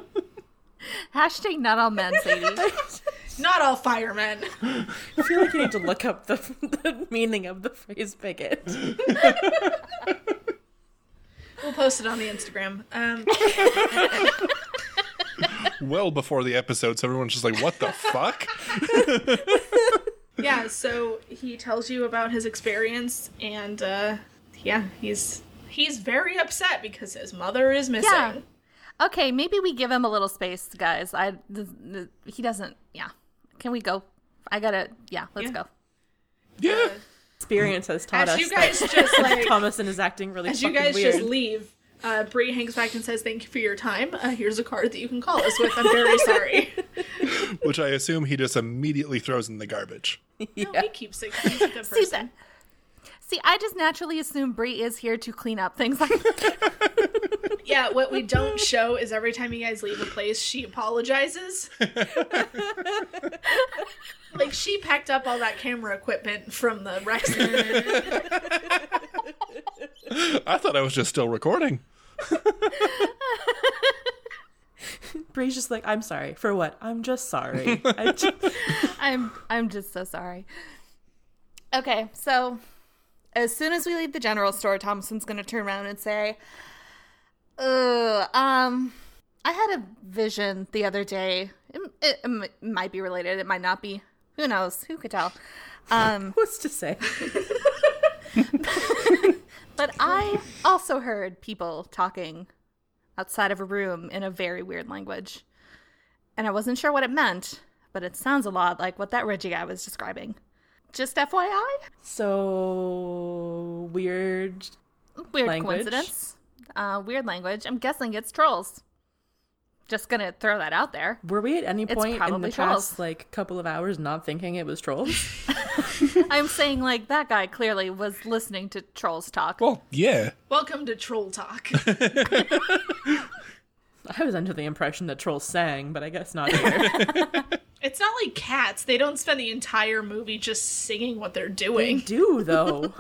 Speaker 3: Hashtag not all men, Sadie.
Speaker 1: Not all firemen.
Speaker 2: I feel like you need to look up the, the meaning of the phrase bigot.
Speaker 1: We'll post it on the Instagram. Um,
Speaker 4: well before the episode, so everyone's just like, what the fuck?
Speaker 1: yeah, so he tells you about his experience, and uh, yeah, he's he's very upset because his mother is missing.
Speaker 3: Yeah. Okay, maybe we give him a little space, guys. I th- th- he doesn't. Yeah, can we go? I gotta. Yeah, let's
Speaker 1: Yeah.
Speaker 3: go.
Speaker 4: Yeah.
Speaker 2: Experience has taught
Speaker 1: As
Speaker 2: us
Speaker 1: you
Speaker 2: that
Speaker 1: guys just like
Speaker 2: Thomason is acting really
Speaker 1: As you
Speaker 2: fucking
Speaker 1: guys
Speaker 2: weird.
Speaker 1: just leave, uh, Bree hangs back and says, "Thank you for your time. Uh, here's a card that you can call us with. I'm very sorry."
Speaker 4: Which I assume he just immediately throws in the garbage.
Speaker 1: No, he keeps it. He's a good
Speaker 3: See
Speaker 1: person.
Speaker 3: that- See, I just naturally assume Bree is here to clean up things like that.
Speaker 1: Yeah, what we don't show is every time you guys leave a place, she apologizes. like she packed up all that camera equipment from the rec center.
Speaker 4: I thought I was just still recording.
Speaker 2: Bree's just like, I'm sorry. For what? I'm just sorry. I ju-
Speaker 3: I'm I'm just so sorry. Okay, so as soon as we leave the general store, Thomason's gonna turn around and say, "Ugh, um, I had a vision the other day. It, it, it might be related. It might not be. Who knows? Who could tell? Um."
Speaker 2: What's to say?
Speaker 3: But I also heard people talking outside of a room in a very weird language. And I wasn't sure what it meant, but it sounds a lot like what that Reggie guy was describing. Just FYI?
Speaker 2: So weird.
Speaker 3: Weird
Speaker 2: Language?
Speaker 3: coincidence. Uh, weird language. I'm guessing it's trolls. Just gonna throw that out there.
Speaker 2: Were we at any point in the
Speaker 3: probably
Speaker 2: past
Speaker 3: trolls.
Speaker 2: like couple of hours not thinking it was trolls?
Speaker 3: I'm saying, like, that guy clearly was listening to trolls talk.
Speaker 4: Well, yeah.
Speaker 1: Welcome to Troll Talk.
Speaker 2: I was under the impression that trolls sang, but I guess not here.
Speaker 1: It's not like cats; they don't spend the entire movie just singing what they're
Speaker 2: they
Speaker 1: doing.
Speaker 2: do though.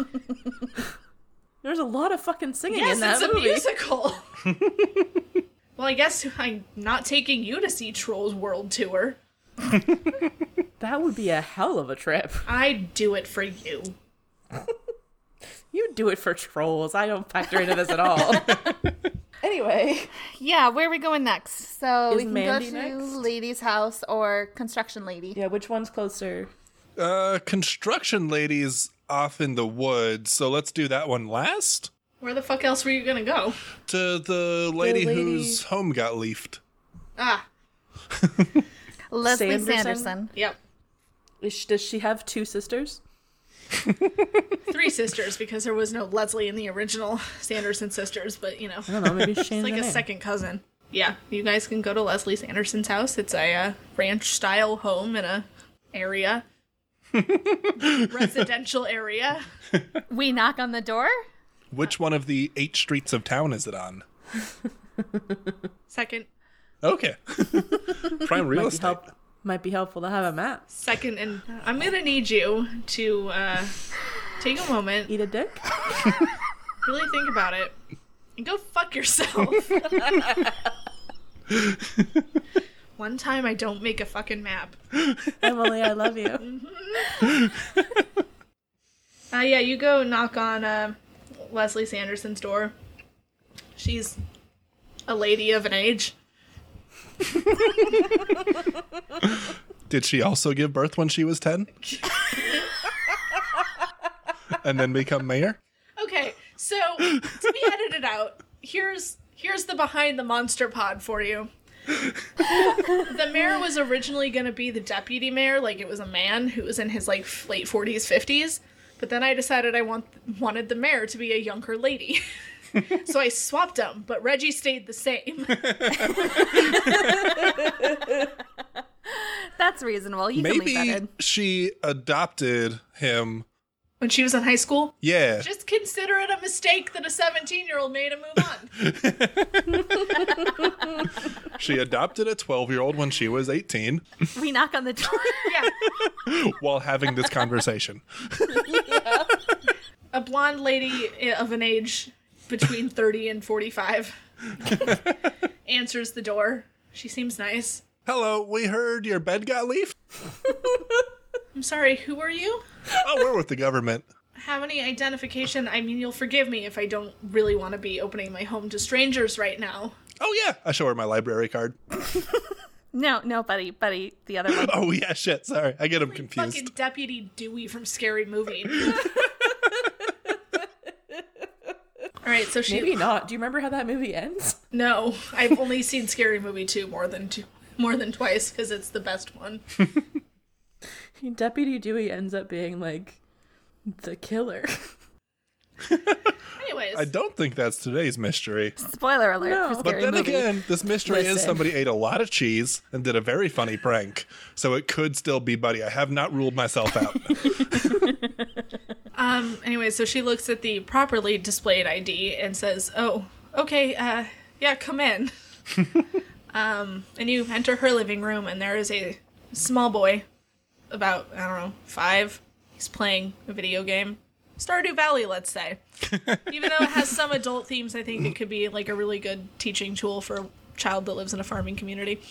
Speaker 2: There's a lot of fucking singing
Speaker 1: Yes,
Speaker 2: in that
Speaker 1: it's a
Speaker 2: movie.
Speaker 1: musical. well, I guess I'm not taking you to see Trolls World Tour.
Speaker 2: That would be a hell of a trip.
Speaker 1: I'd do it for you.
Speaker 2: You do it for trolls. I don't factor into this at all. anyway,
Speaker 3: Yeah, where are we going next? So we
Speaker 2: Is
Speaker 3: can go
Speaker 2: Mandy
Speaker 3: to
Speaker 2: next?
Speaker 3: Lady's House or Construction Lady.
Speaker 2: yeah, which one's closer?
Speaker 4: Uh, construction ladies off in the woods, so let's do that one last.
Speaker 1: Where the fuck else were you gonna go?
Speaker 4: To the lady,
Speaker 2: lady-
Speaker 4: whose home got leafed.
Speaker 1: Ah,
Speaker 3: Leslie
Speaker 2: Sanderson?
Speaker 3: Sanderson.
Speaker 1: yep.
Speaker 2: Is she, does she have two sisters?
Speaker 1: Three sisters because there was no Leslie in the original Sanderson sisters, but you know,
Speaker 2: I don't know. Maybe she
Speaker 1: it's like a second cousin. Yeah, you guys can go to Leslie Sanderson's house. It's a uh, ranch style home in a area, residential area.
Speaker 3: We knock on the door.
Speaker 4: Which one of the eight streets of town is it on?
Speaker 1: Second,
Speaker 4: Okay. Prime real
Speaker 2: Might be,
Speaker 4: estate.
Speaker 2: help, might be helpful to have a map.
Speaker 1: second, and I'm gonna need you to uh, take a moment,
Speaker 2: Eat a dick?
Speaker 1: really think about it, and go fuck yourself. One time I don't make a fucking map.
Speaker 2: Emily, I love you.
Speaker 1: Uh, yeah, you go knock on uh, Leslie Sanderson's door. She's a lady of an age.
Speaker 4: Did she also give birth when she was 10? and then become mayor?
Speaker 1: Okay, so to be edited out, here's here's the behind the monster pod for you. the mayor was originally going to be the deputy mayor, like it was a man who was in his like f- late 40s, 50s, but then I decided I want wanted the mayor to be a younger lady. so I swapped them, but Reggie stayed the same.
Speaker 3: That's that's reasonable. You can leave that
Speaker 4: Maybe
Speaker 3: in.
Speaker 4: she adopted him.
Speaker 1: When she was in high school,
Speaker 4: Yeah.
Speaker 1: just consider it a mistake that a 17 year old made and move on.
Speaker 4: She adopted a 12 year old when she was 18
Speaker 3: We knock on the door.
Speaker 1: yeah.
Speaker 4: while having this conversation.
Speaker 1: A blonde lady i- of an age between 30 and 45 answers the door. She seems nice.
Speaker 4: Hello, we heard your bed got leaf.
Speaker 1: I'm sorry, who are you?
Speaker 4: Oh, we're with the government.
Speaker 1: Have any identification? I mean, you'll forgive me if I don't really want to be opening my home to strangers right now.
Speaker 4: Oh, yeah. I show her my library card.
Speaker 3: no, no, buddy, buddy, the other one.
Speaker 4: Oh, yeah, shit. Sorry. I get him confused.
Speaker 1: Fucking Deputy Dewey from Scary Movie. All right, so she
Speaker 2: Maybe not. Do you remember how that movie ends?
Speaker 1: No, I've only seen Scary Movie 2 more than two, more than twice cuz it's the best one.
Speaker 2: Deputy Dewey ends up being like the killer.
Speaker 1: Anyways,
Speaker 4: I don't think that's today's mystery.
Speaker 3: Spoiler alert
Speaker 2: No.
Speaker 3: for
Speaker 2: But
Speaker 4: But
Speaker 3: scary
Speaker 4: then
Speaker 3: movie.
Speaker 4: again, this mystery is
Speaker 2: Listen.
Speaker 4: somebody ate a lot of cheese and did a very funny prank. So it could still be Buddy. I have not ruled myself out.
Speaker 1: um anyway, so she looks at the properly displayed ID and says, "Oh, okay, uh yeah, come in." um and you enter her living room and there is a small boy about, I don't know, 5. He's playing a video game. Stardew Valley, let's say. Even though it has some adult themes, I think it could be like a really good teaching tool for a child that lives in a farming community.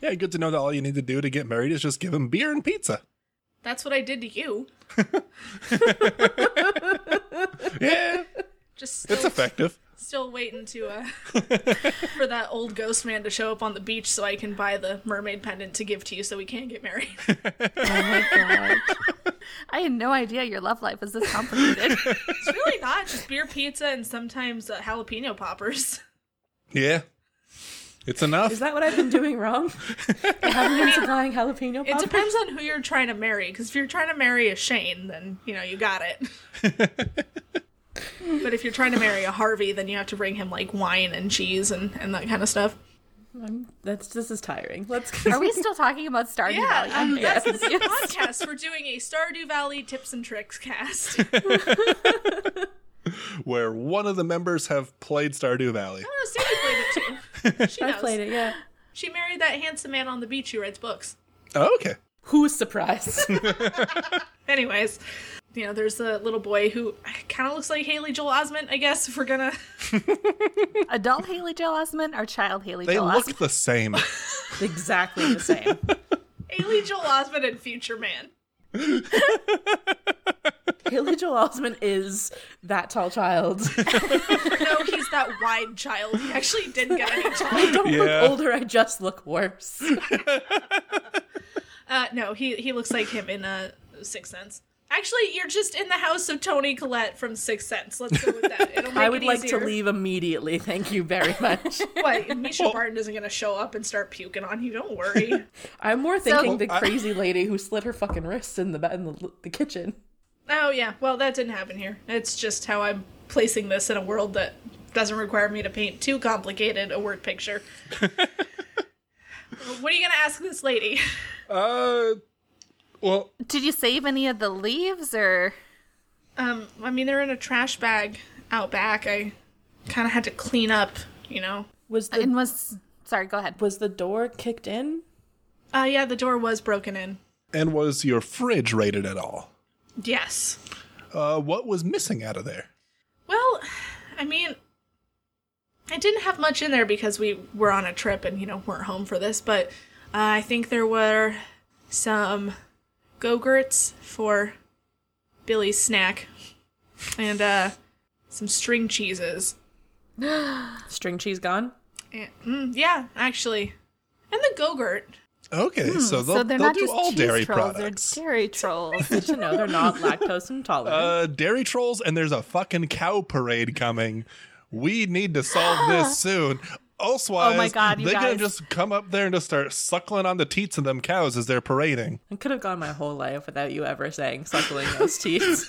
Speaker 4: yeah, good to know that all you need to do to get married is just give him beer and pizza.
Speaker 1: That's what I did to you.
Speaker 4: Yeah,
Speaker 1: Just still,
Speaker 4: it's effective.
Speaker 1: still waiting to uh, for that old ghost man to show up on the beach so I can buy the mermaid pendant to give to you so we can get married.
Speaker 3: I had no idea your love life was this complicated.
Speaker 1: it's really not just beer, pizza, and sometimes uh, jalapeno poppers.
Speaker 4: Yeah, it's enough.
Speaker 2: Is that what I've been doing wrong? I haven't been supplying jalapeno
Speaker 1: It
Speaker 2: poppers.
Speaker 1: depends on who you're trying to marry. Because if you're trying to marry a Shane, then you know you got it. but if you're trying to marry a Harvey, then you have to bring him like wine and cheese and, and that kind of stuff.
Speaker 2: I'm- That's this is tiring. Let's.
Speaker 3: Are we still talking about Stardew
Speaker 1: Yeah,
Speaker 3: Valley?
Speaker 1: um,
Speaker 3: I'm
Speaker 1: that's the
Speaker 3: confused.
Speaker 1: new podcast. We're doing a Stardew Valley tips and tricks cast.
Speaker 4: Where one of the members have played Stardew Valley.
Speaker 1: Oh, Sadie played it too. She
Speaker 2: I
Speaker 1: knows.
Speaker 2: played it. Yeah.
Speaker 1: She married that handsome man on the beach who writes books.
Speaker 4: Oh, okay.
Speaker 2: Who's surprised?
Speaker 1: Anyways, you know, there's a little boy who kind of looks like Haley Joel Osment, I guess, if we're gonna.
Speaker 3: Adult Haley Joel Osment or child Haley
Speaker 4: They
Speaker 3: Joel
Speaker 4: look
Speaker 3: Osment?
Speaker 4: the same.
Speaker 2: exactly the same.
Speaker 1: Haley Joel Osment and Future Man.
Speaker 2: Haley Joel Osment is that tall child.
Speaker 1: No, he's that wide child. He actually didn't get any child.
Speaker 2: I don't
Speaker 4: Yeah.
Speaker 2: look older. I just look worse.
Speaker 1: Uh, no, he, he looks like him in uh, Sixth Sense. Actually, you're just in the house of Tony Collette from Sixth Sense. Let's go with that. It'll make
Speaker 2: I would
Speaker 1: it
Speaker 2: like
Speaker 1: easier.
Speaker 2: to leave immediately. Thank you very much.
Speaker 1: What? Misha Barton isn't gonna show up and start puking on you. Don't worry.
Speaker 2: I'm more thinking
Speaker 3: So-
Speaker 2: the crazy lady who slit her fucking wrists in the ba- in the, the kitchen.
Speaker 1: Oh yeah, well that didn't happen here. It's just how I'm placing this in a world that doesn't require me to paint too complicated a word picture. what are you gonna ask this lady?
Speaker 4: Uh, well,
Speaker 3: Did you save any of the leaves or
Speaker 1: Um, I mean they're in a trash bag out back. I kind of had to clean up, you know.
Speaker 2: Was the
Speaker 3: and was sorry, go ahead.
Speaker 2: was the door kicked in?
Speaker 1: Uh, yeah, the door was broken in.
Speaker 4: and was your fridge rated at all?
Speaker 1: Yes.
Speaker 4: Uh, what was missing out of there?
Speaker 1: Well, I mean, I didn't have much in there because we were on a trip and, you know, weren't home for this, but uh, I think there were some Go-Gurts for Billy's snack and uh, some string cheeses.
Speaker 2: String cheese gone.
Speaker 1: And, mm, yeah, actually. And the Go-Gurt.
Speaker 4: Okay, so they'll,
Speaker 3: Hmm, so they're
Speaker 4: they'll
Speaker 3: not
Speaker 4: do
Speaker 3: just
Speaker 4: all
Speaker 3: cheese
Speaker 4: dairy
Speaker 3: trolls,
Speaker 4: products.
Speaker 3: they're dairy trolls.
Speaker 2: Good to know they're not lactose intolerant.
Speaker 4: Uh, dairy trolls, and there's a fucking cow parade coming. We need to solve this soon. Elsewise,
Speaker 3: Ah. Oh my God, you
Speaker 4: they're gonna
Speaker 3: guys.
Speaker 4: just come up there and just start suckling on the teats of them cows as they're parading.
Speaker 2: I could have gone my whole life without you ever saying suckling those teeth.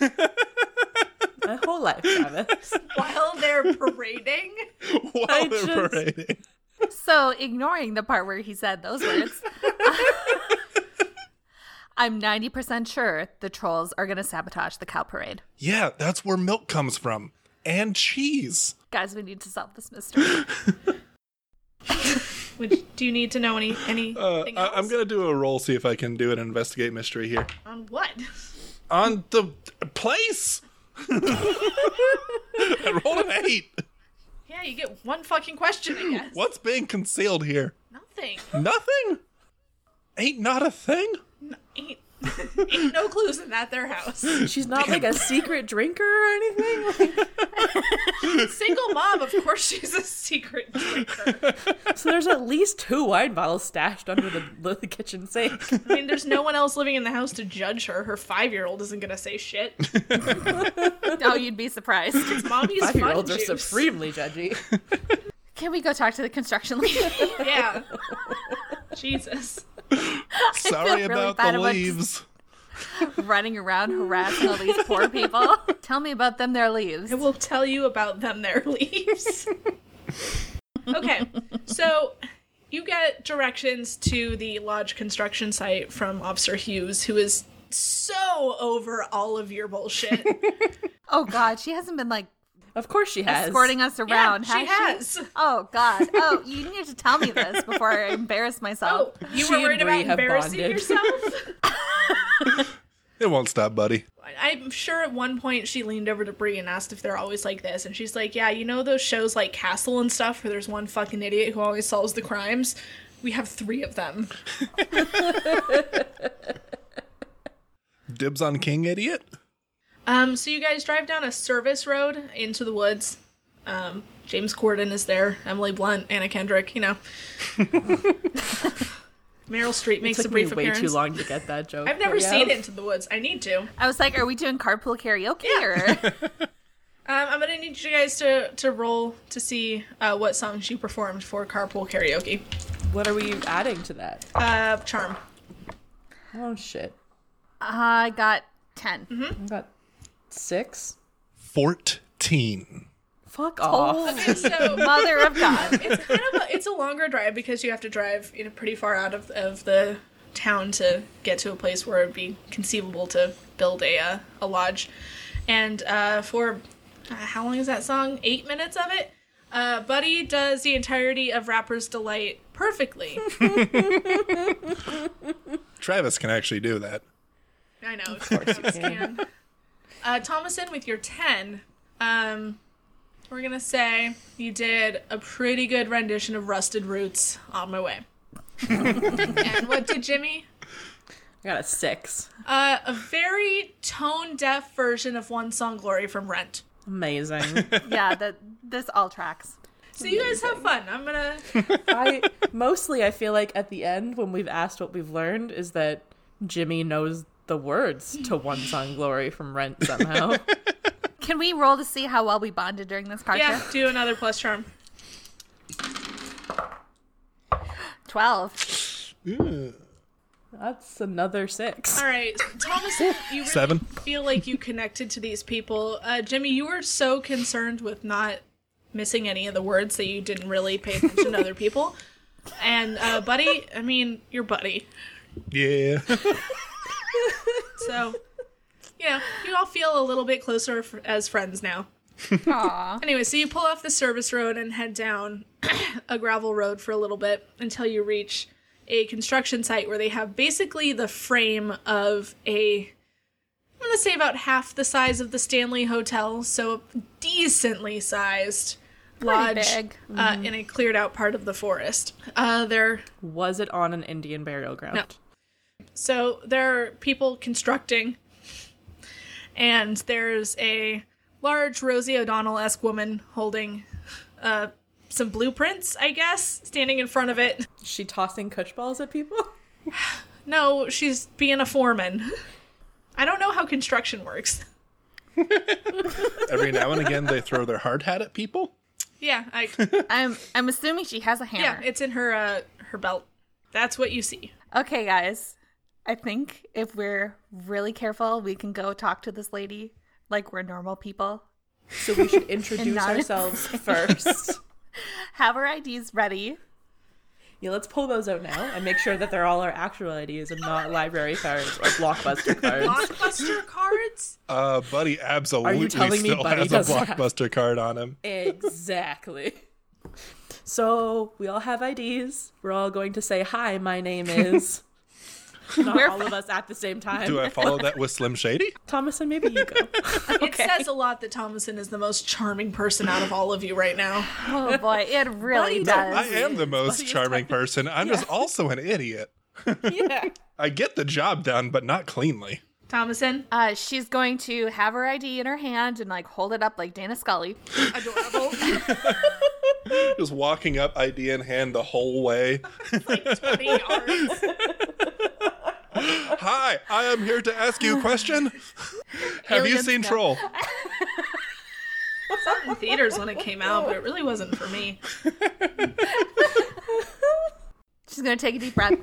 Speaker 2: my whole life, Travis.
Speaker 1: While they're parading?
Speaker 4: While
Speaker 2: I
Speaker 4: they're
Speaker 2: just-
Speaker 4: parading.
Speaker 3: So, ignoring the part where he said those words, I'm 90% sure the trolls are going to sabotage the cow parade.
Speaker 4: Yeah, that's where milk comes from. And cheese.
Speaker 3: Guys, we need to solve this mystery.
Speaker 1: Would, do you need to know any anything
Speaker 4: Uh,
Speaker 1: else?
Speaker 4: I- I'm gonna do a roll, see if I can do an investigate mystery here.
Speaker 1: on what?
Speaker 4: On the place! I rolled an eight.
Speaker 1: Yeah, you get one fucking question, I guess.
Speaker 4: What's being concealed here?
Speaker 1: Nothing.
Speaker 4: Nothing? Ain't not a thing?
Speaker 1: Ain't, ain't no clues in that their house.
Speaker 2: She's not like a secret drinker or anything.
Speaker 1: Single mom, of course she's a secret drinker.
Speaker 2: so there's at least two wine bottles stashed under the, the kitchen sink.
Speaker 1: I mean, there's no one else living in the house to judge her. Her five year old isn't gonna say shit.
Speaker 3: oh, you'd be surprised.
Speaker 1: Mom used
Speaker 2: Five year olds are
Speaker 1: fun juice.
Speaker 2: supremely judgy.
Speaker 3: Can we go talk to the construction lady?
Speaker 1: Yeah. Jesus.
Speaker 4: Sorry
Speaker 3: really
Speaker 4: about
Speaker 3: bad
Speaker 4: the
Speaker 3: about-
Speaker 4: leaves.
Speaker 3: Running around harassing all these poor people. Tell me about them, their leaves.
Speaker 1: I will tell you about them their leaves. okay, so you get directions to the lodge construction site from Officer Hughes, who is so over all of your bullshit.
Speaker 3: Oh, God, she hasn't been like
Speaker 2: Of course she has.
Speaker 3: escorting us
Speaker 1: yeah,
Speaker 3: around.
Speaker 1: she has.
Speaker 3: Oh, God. Oh, you need to tell me this before I embarrass
Speaker 1: Oh,
Speaker 3: myself.
Speaker 1: you
Speaker 2: She
Speaker 1: were
Speaker 2: and
Speaker 1: worried
Speaker 2: Bree
Speaker 1: about
Speaker 2: have
Speaker 1: embarrassing
Speaker 2: bonded.
Speaker 1: yourself?
Speaker 4: It won't stop, buddy.
Speaker 1: I'm sure at one point she leaned over to Bree and asked if they're always like this, and she's like, "Yeah, you know those shows like Castle and stuff, where there's one fucking idiot who always solves the crimes. We have three of them.
Speaker 4: Dibs on King Idiot?
Speaker 1: Um, so you guys drive down a service road into the woods. Um, James Corden is there, Emily Blunt, Anna Kendrick, you know. Meryl Streep
Speaker 2: It
Speaker 1: makes a
Speaker 2: took me
Speaker 1: brief
Speaker 2: way
Speaker 1: appearance.
Speaker 2: too long to get that joke.
Speaker 1: I've
Speaker 2: but
Speaker 1: never
Speaker 2: yeah.
Speaker 1: seen Into the Woods. I need to. Um,
Speaker 3: I was like, are we doing carpool karaoke? Or...
Speaker 1: Um, I'm gonna need you guys to to roll to see uh, what songs you performed for Carpool Karaoke.
Speaker 2: What are we adding to that?
Speaker 1: Uh, Charm.
Speaker 2: Oh shit!
Speaker 3: I got 10.
Speaker 1: Mm-hmm.
Speaker 2: I got six.
Speaker 4: 14.
Speaker 2: Fuck off.
Speaker 1: Okay, so
Speaker 3: Mother of God.
Speaker 1: it's kind of a, it's a longer drive because you have to drive you know pretty far out of, of the town to get to a place where it'd be conceivable to build a uh, a lodge and uh, for uh, how long is that song eight minutes of it uh, buddy does the entirety of rapper's delight perfectly
Speaker 4: Travis can actually do that.
Speaker 1: i know of course you can uh, thomason with your 10 um, we're gonna say you did a pretty good rendition of rusted roots on my way and what did jimmy
Speaker 2: I got a six.
Speaker 1: Uh, a very tone deaf version of One Song Glory from Rent.
Speaker 2: Amazing.
Speaker 3: Yeah, that this all tracks.
Speaker 1: So you guys have fun. I'm gonna.
Speaker 2: I mostly I feel like at the end when we've asked what we've learned is that Jimmy knows the words to one song glory from Rent somehow.
Speaker 3: Can we roll to see how well we bonded during this car
Speaker 1: Yeah,
Speaker 3: trip?
Speaker 1: do another plus charm.
Speaker 3: 12.
Speaker 2: That's another six.
Speaker 1: All right, Thomas, you really
Speaker 4: Seven.
Speaker 1: feel like you connected to these people. Uh, Jimmy, you were so concerned with not missing any of the words that you didn't really pay attention to other people. And uh, buddy, I mean, your buddy.
Speaker 4: Yeah.
Speaker 1: So, you know, you all feel a little bit closer f- as friends now.
Speaker 3: Aw.
Speaker 1: Anyway, so you pull off the service road and head down a gravel road for a little bit until you reach a construction site where they have basically the frame of a I'm going to say about half the size of the Stanley Hotel, so decently sized lodge
Speaker 3: big.
Speaker 1: Uh, in a cleared out part of the forest. Uh, there
Speaker 2: Was it on an Indian burial ground?
Speaker 1: No. so there are people constructing, and there's a large Rosie O'Donnell esque woman holding uh, some blueprints, I guess, standing in front of it.
Speaker 2: Is she tossing cush balls at people?
Speaker 1: No, she's being a foreman. I don't know how construction works.
Speaker 4: Every now and again, they throw their hard hat at people.
Speaker 1: Yeah, I,
Speaker 3: I'm I'm assuming she has a hammer.
Speaker 1: yeah, it's in her uh, her belt. That's what you see.
Speaker 3: okay, guys. I think if we're really careful, we can go talk to this lady like we're normal people.
Speaker 2: So we should introduce
Speaker 3: not-
Speaker 2: ourselves first.
Speaker 3: Have our IDs ready.
Speaker 2: Yeah, let's pull those out now and make sure that they're all our actual IDs and not library cards or blockbuster cards.
Speaker 1: Blockbuster cards?
Speaker 4: Uh, Buddy absolutely
Speaker 2: telling me
Speaker 4: still
Speaker 2: Buddy
Speaker 4: has a
Speaker 2: does have-
Speaker 4: blockbuster card on him.
Speaker 2: exactly. So we all have IDs. We're all going to say hi. My name is. Not
Speaker 3: We're-
Speaker 2: all of us at the same time.
Speaker 4: Do I follow that with Slim Shady?
Speaker 2: Thomas, and maybe you go.
Speaker 1: It says a lot that Thomason is the most charming person out of all of you right now.
Speaker 3: Oh boy, it really
Speaker 4: No,
Speaker 3: does.
Speaker 4: I am the most charming person. I'm just also an idiot.
Speaker 2: yeah.
Speaker 4: I get the job done, but not cleanly.
Speaker 1: Thomason,
Speaker 3: Uh, she's going to have her ID in her hand and like hold it up like Dana Scully.
Speaker 1: adorable.
Speaker 4: Just walking up, ID in hand, the whole way.
Speaker 1: Funny yards.
Speaker 4: Hi, I am here to ask you a question. Have you
Speaker 3: Alien
Speaker 4: seen
Speaker 3: stuff.
Speaker 4: Troll?
Speaker 1: Saw it in theaters when it came out, but it really wasn't for me.
Speaker 3: She's going to take a deep breath.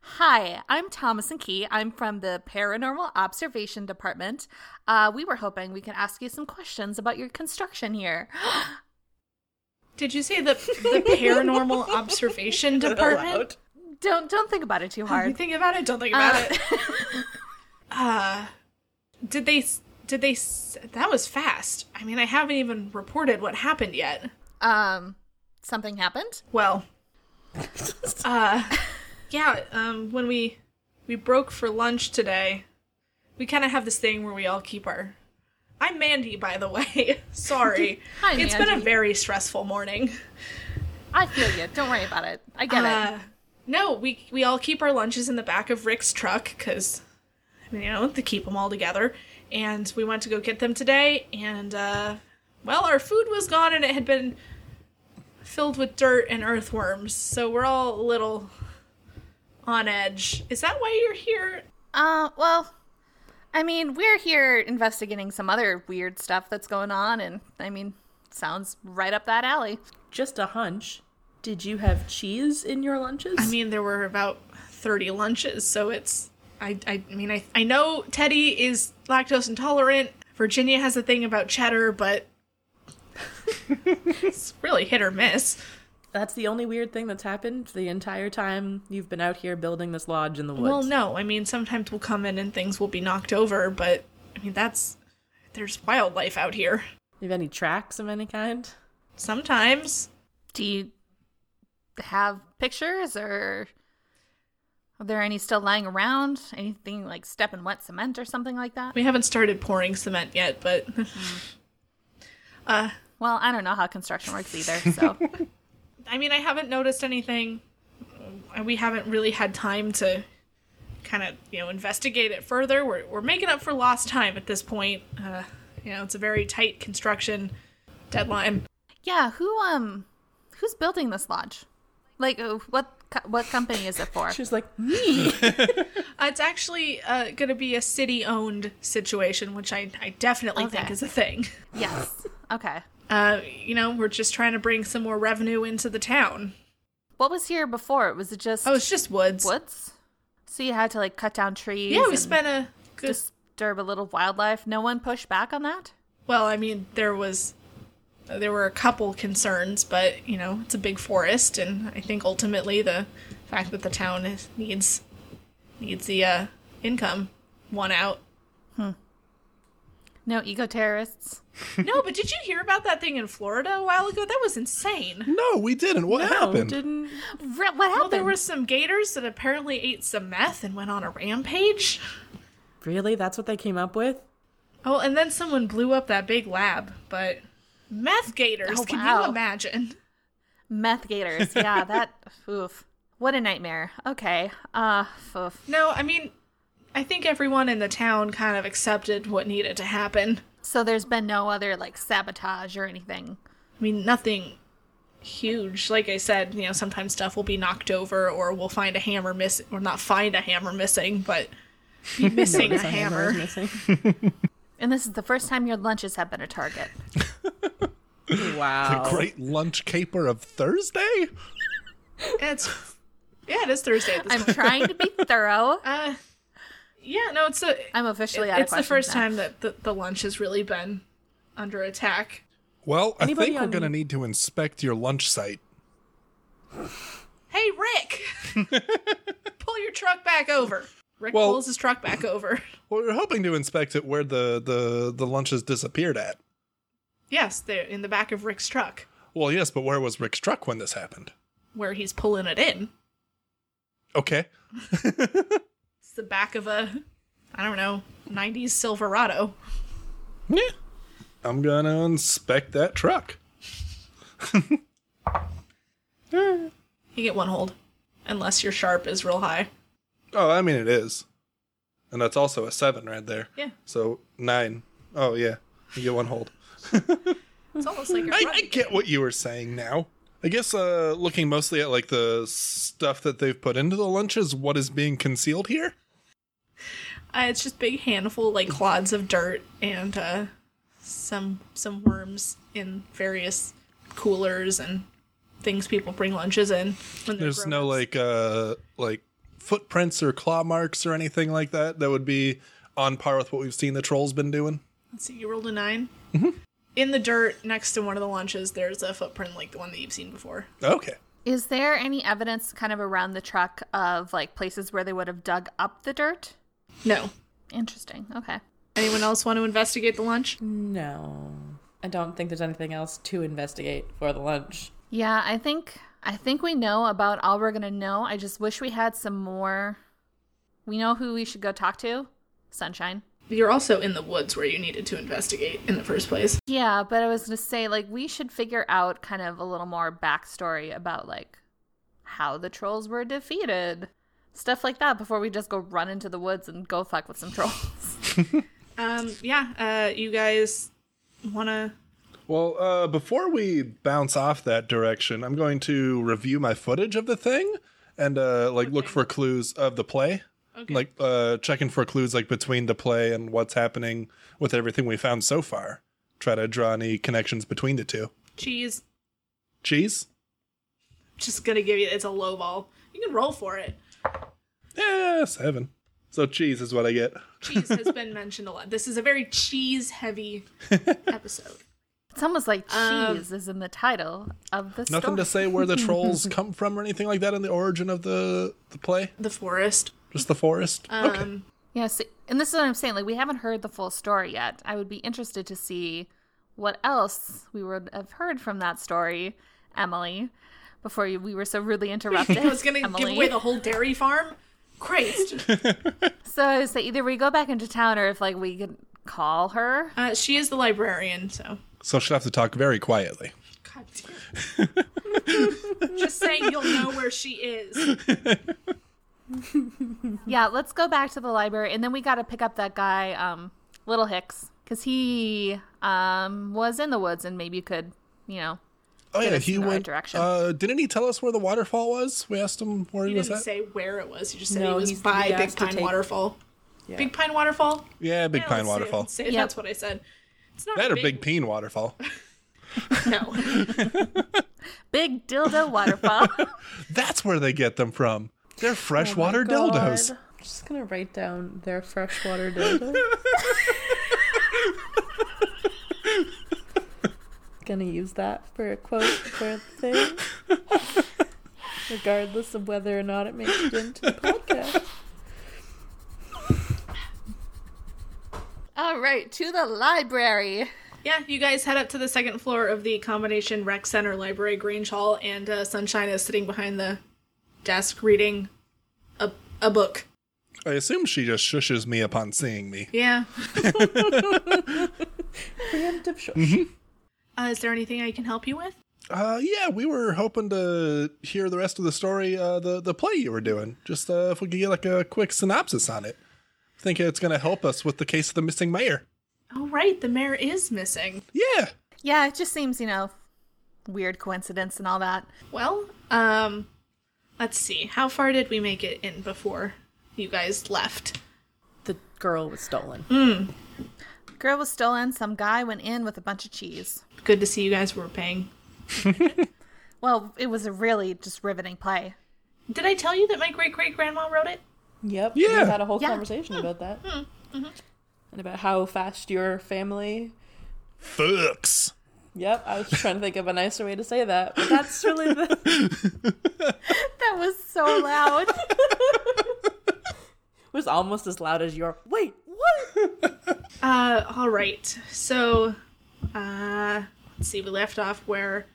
Speaker 3: Hi, I'm Thomas and Key. I'm from the Paranormal Observation Department. Uh, we were hoping we could ask you some questions about your construction here.
Speaker 1: Did you say the, the paranormal observation department?
Speaker 2: Allowed.
Speaker 3: don't don't think about it too
Speaker 1: You
Speaker 3: hard.
Speaker 1: think about it. Don't think about
Speaker 3: Uh,
Speaker 1: it. Uh, did they? s- Did they? s- That was fast. I mean, I haven't even reported what happened yet.
Speaker 3: um, something happened.
Speaker 1: Well, uh, yeah. Um, when we we broke for lunch today, we kind of have this thing where we all keep our. I'm Mandy, by the way. Sorry,
Speaker 3: Hi,
Speaker 1: It's been a
Speaker 3: Mandy.
Speaker 1: very stressful morning.
Speaker 3: I feel you. Don't worry about it. I get it.
Speaker 1: Uh, no, we we all keep our lunches in the back of Rick's truck because, I mean, you know, to keep them all together. And we went to go get them today, and uh, well, our food was gone, and it had been filled with dirt and earthworms. So we're all a little on edge. Is that why you're here?
Speaker 3: Uh, well, I mean, we're here investigating some other weird stuff that's going on, and I mean, sounds right up that alley.
Speaker 2: Just a hunch. Did you have cheese in your lunches?
Speaker 1: I mean, there were about thirty lunches, so it's. I, I mean, I, I know Teddy is lactose intolerant. Virginia has a thing about cheddar, but it's really hit or miss.
Speaker 2: that's the only weird thing that's happened the entire time you've been out here building this lodge in the woods.
Speaker 1: Well, no, I mean, sometimes we'll come in and things will be knocked over, but I mean, that's. There's wildlife out here.
Speaker 2: You have any tracks of any kind?
Speaker 1: Sometimes.
Speaker 3: Do you have pictures, or are there any still lying around? Anything like stepping wet cement or something like that?
Speaker 1: We haven't started pouring cement yet, but. uh,
Speaker 3: Well, I don't know how construction works either, so
Speaker 1: I mean, I haven't noticed anything. Uh, We haven't really had time to kind of, you know, investigate it further. We're, we're making up for lost time at this point. Uh, you know, it's a very tight construction deadline.
Speaker 3: yeah. Who um, who's building this lodge? Like, uh, what co- what company is it for?
Speaker 2: She's like, me.
Speaker 1: Uh, it's actually uh, going to be a city owned situation, which I, I definitely think
Speaker 3: Okay.
Speaker 1: is a thing.
Speaker 3: yes. Okay.
Speaker 1: Uh, you know, we're just trying to bring some more revenue into the town.
Speaker 3: What was here before? Was it just
Speaker 1: Oh, it's just woods.
Speaker 3: woods? So you had to like cut down trees.
Speaker 1: Yeah, we
Speaker 3: and
Speaker 1: spent a good.
Speaker 3: disturb a little wildlife. No one pushed back on that.
Speaker 1: Well, I mean, there was there were a couple concerns, but you know, it's a big forest, and I think ultimately the fact that the town is, needs needs the uh, income won out.
Speaker 3: No eco terrorists.
Speaker 1: no, but did you hear about that thing in Florida a while ago? That was insane.
Speaker 4: No, we didn't. What
Speaker 2: no,
Speaker 4: happened?
Speaker 2: didn't.
Speaker 3: Re- what
Speaker 1: Well,
Speaker 3: happened?
Speaker 1: there were some gators that apparently ate some meth and went on a rampage.
Speaker 2: Really? That's what they came up with?
Speaker 1: Oh, and then someone blew up that big lab, but meth gators,
Speaker 3: Oh,
Speaker 1: can
Speaker 3: wow.
Speaker 1: you imagine?
Speaker 3: meth gators. Yeah, that. oof. What a nightmare. Okay. Uh. Oof.
Speaker 1: No, I mean, I think everyone in the town kind of accepted what needed to happen.
Speaker 3: So there's been no other like sabotage or anything.
Speaker 1: I mean, nothing huge. Like I said, you know, sometimes stuff will be knocked over or we'll find a hammer miss or not find a hammer missing, but be missing a
Speaker 2: There's
Speaker 1: hammer.
Speaker 2: is missing.
Speaker 3: And this is the first time your lunches have been a target.
Speaker 2: wow.
Speaker 4: Great lunch caper of Thursday?
Speaker 1: It's Yeah, it is Thursday. at this
Speaker 3: I'm trying to be thorough.
Speaker 1: uh Yeah, no, it's a
Speaker 3: I'm officially out of
Speaker 1: it's the
Speaker 3: questions
Speaker 1: first
Speaker 3: now.
Speaker 1: time that the, the lunch has really been under attack.
Speaker 4: Well, I
Speaker 2: Anybody
Speaker 4: think we're
Speaker 2: on-
Speaker 4: going to need to inspect your lunch site.
Speaker 1: Hey, Rick! Pull your truck back over. Rick
Speaker 4: Well-
Speaker 1: pulls his truck back over.
Speaker 4: Well, we are hoping to inspect it where the, the, the lunches disappeared at.
Speaker 1: Yes, they're in the back of Rick's truck,
Speaker 4: Well, yes, but where was Rick's truck when this happened?
Speaker 1: where he's pulling it in.
Speaker 4: Okay.
Speaker 1: It's the back of a, I don't know, 90s Silverado.
Speaker 4: Yeah. I'm gonna inspect that truck.
Speaker 1: You get one hold, unless your sharp is real high.
Speaker 4: Oh, I mean it is. And that's also a seven right there.
Speaker 1: Yeah.
Speaker 4: So nine. Oh yeah. You get one hold.
Speaker 1: It's almost like you're
Speaker 4: I, I
Speaker 1: running.
Speaker 4: get what you were saying now. I guess uh looking mostly at like the stuff that they've put into the lunches, what is being concealed here?
Speaker 1: Uh, it's just big handful like clods of dirt and uh, some some worms in various coolers and things people bring lunches in. When they're
Speaker 4: There's no
Speaker 1: grown-ups.
Speaker 4: like uh like footprints or claw marks or anything like that that would be on par with what we've seen the trolls been doing.
Speaker 1: Let's see, you rolled a 9
Speaker 4: Mm-hmm.
Speaker 1: In the dirt next to one of the lunches, there's a footprint like the one that you've seen before.
Speaker 4: Okay.
Speaker 3: Is there any evidence kind of around the truck of like places where they would have dug up the dirt?
Speaker 1: No.
Speaker 3: Interesting. Okay.
Speaker 1: Anyone else want to investigate the lunch?
Speaker 2: No. I don't think there's anything else to investigate for the lunch.
Speaker 3: Yeah, I think I think we know about all we're gonna know. I just wish we had some more. We know who we should go talk to, Sunshine.
Speaker 1: You're also in the woods where you needed to investigate in the first place.
Speaker 3: Yeah, but I was gonna say like we should figure out kind of a little more backstory about like how the trolls were defeated, stuff like that, before we just go run into the woods and go fuck with some trolls.
Speaker 1: Um, yeah, uh, you guys want to.
Speaker 4: Well, uh, before we bounce off that direction, I'm going to review my footage of the thing and uh, like look for clues of the play. Like uh, checking for clues like between the play and what's happening with everything we found so far. Try to draw any connections between the two.
Speaker 1: Cheese.
Speaker 4: Cheese?
Speaker 1: Just gonna give you. It's a low ball. You can roll for it.
Speaker 4: Yeah, Eh, seven. So cheese is what I get.
Speaker 1: Cheese has been mentioned a lot. This is a very cheese heavy episode.
Speaker 3: It's almost like
Speaker 1: Um,
Speaker 3: cheese is in the title of the
Speaker 4: Nothing
Speaker 3: story.
Speaker 4: to say where the trolls come from or anything like that in the origin of the the play.
Speaker 1: The forest.
Speaker 4: Just the forest.
Speaker 1: Um,
Speaker 4: okay.
Speaker 3: Yes, and this is what I'm saying. Like, we haven't heard the full story yet. I would be interested to see what else we would have heard from that story, Emily, before you, we were so rudely interrupted.
Speaker 1: I was gonna give
Speaker 3: Emily.
Speaker 1: away the whole dairy farm. Christ.
Speaker 3: So I would say either we go back into town or if, like, we could call her.
Speaker 1: Uh, she is the librarian, so.
Speaker 4: So she'll have to talk very quietly.
Speaker 1: God damn. Just saying you'll know where she is.
Speaker 3: Yeah, let's go back to the library. And then we got to pick up that guy, um, Little Hicks, because he um, was in the woods and maybe could, you know.
Speaker 4: Oh yeah,
Speaker 3: us
Speaker 4: he
Speaker 3: in the right
Speaker 4: went.
Speaker 3: direction.
Speaker 4: Uh, didn't he tell us where the waterfall was? We asked him where he,
Speaker 1: He
Speaker 4: was
Speaker 1: didn't
Speaker 4: at.
Speaker 1: say where it was. He just said
Speaker 2: No,
Speaker 1: he was
Speaker 2: he's-
Speaker 1: by
Speaker 2: he
Speaker 1: Big
Speaker 2: asked to
Speaker 1: Pine
Speaker 2: take-
Speaker 1: Waterfall. Big Pine Waterfall.
Speaker 4: yeah, Big
Speaker 1: Yeah,
Speaker 4: Pine
Speaker 1: let's say-
Speaker 4: Waterfall.
Speaker 1: let's say
Speaker 3: Yep.
Speaker 1: That's what I said. It's not
Speaker 4: That
Speaker 1: a
Speaker 4: or Big Peen Waterfall.
Speaker 1: No.
Speaker 3: Big dildo waterfall.
Speaker 4: That's where they get them from. They're freshwater
Speaker 2: God.
Speaker 4: dildos.
Speaker 2: I'm just gonna write down their freshwater dildo. gonna use that for a quote for a thing. Regardless of whether or not it makes it into the podcast.
Speaker 3: All right, to the library.
Speaker 1: Yeah, you guys head up to the second floor of the combination rec center, library, Grange Hall, and uh, Sunshine is sitting behind the desk reading a, a book.
Speaker 4: I assume she just shushes me upon seeing me.
Speaker 1: Yeah.
Speaker 2: Preemptive shush.
Speaker 4: Mm-hmm.
Speaker 1: Uh, is there anything I can help you with?
Speaker 4: Uh, yeah, we were hoping to hear the rest of the story, uh, the the play you were doing. Just uh, if we could get like a quick synopsis on it. I think it's going to help us with the case of the missing mayor.
Speaker 1: Oh, right. The mayor is missing.
Speaker 4: Yeah.
Speaker 3: Yeah, it just seems, you know, weird coincidence and all that.
Speaker 1: Well, um, let's see. How far did we make it in before you guys left?
Speaker 2: The girl was stolen.
Speaker 3: Girl was stolen, some guy went in with a bunch of cheese.
Speaker 1: Good to see you guys were paying.
Speaker 3: Well, it was a really just riveting play.
Speaker 1: Did I tell you that my great great grandma wrote it?
Speaker 2: Yep.
Speaker 4: Yeah.
Speaker 2: We had a whole
Speaker 3: Yeah. Hmm. Mm-hmm.
Speaker 2: conversation about that. And about how fast your family
Speaker 4: Fucks.
Speaker 2: Yep, I was trying to think of a nicer way to say that, but that's really the.
Speaker 3: That was so loud.
Speaker 2: It was almost as loud as your. Wait, what?
Speaker 1: Uh, all right. So, uh, let's see. We left off where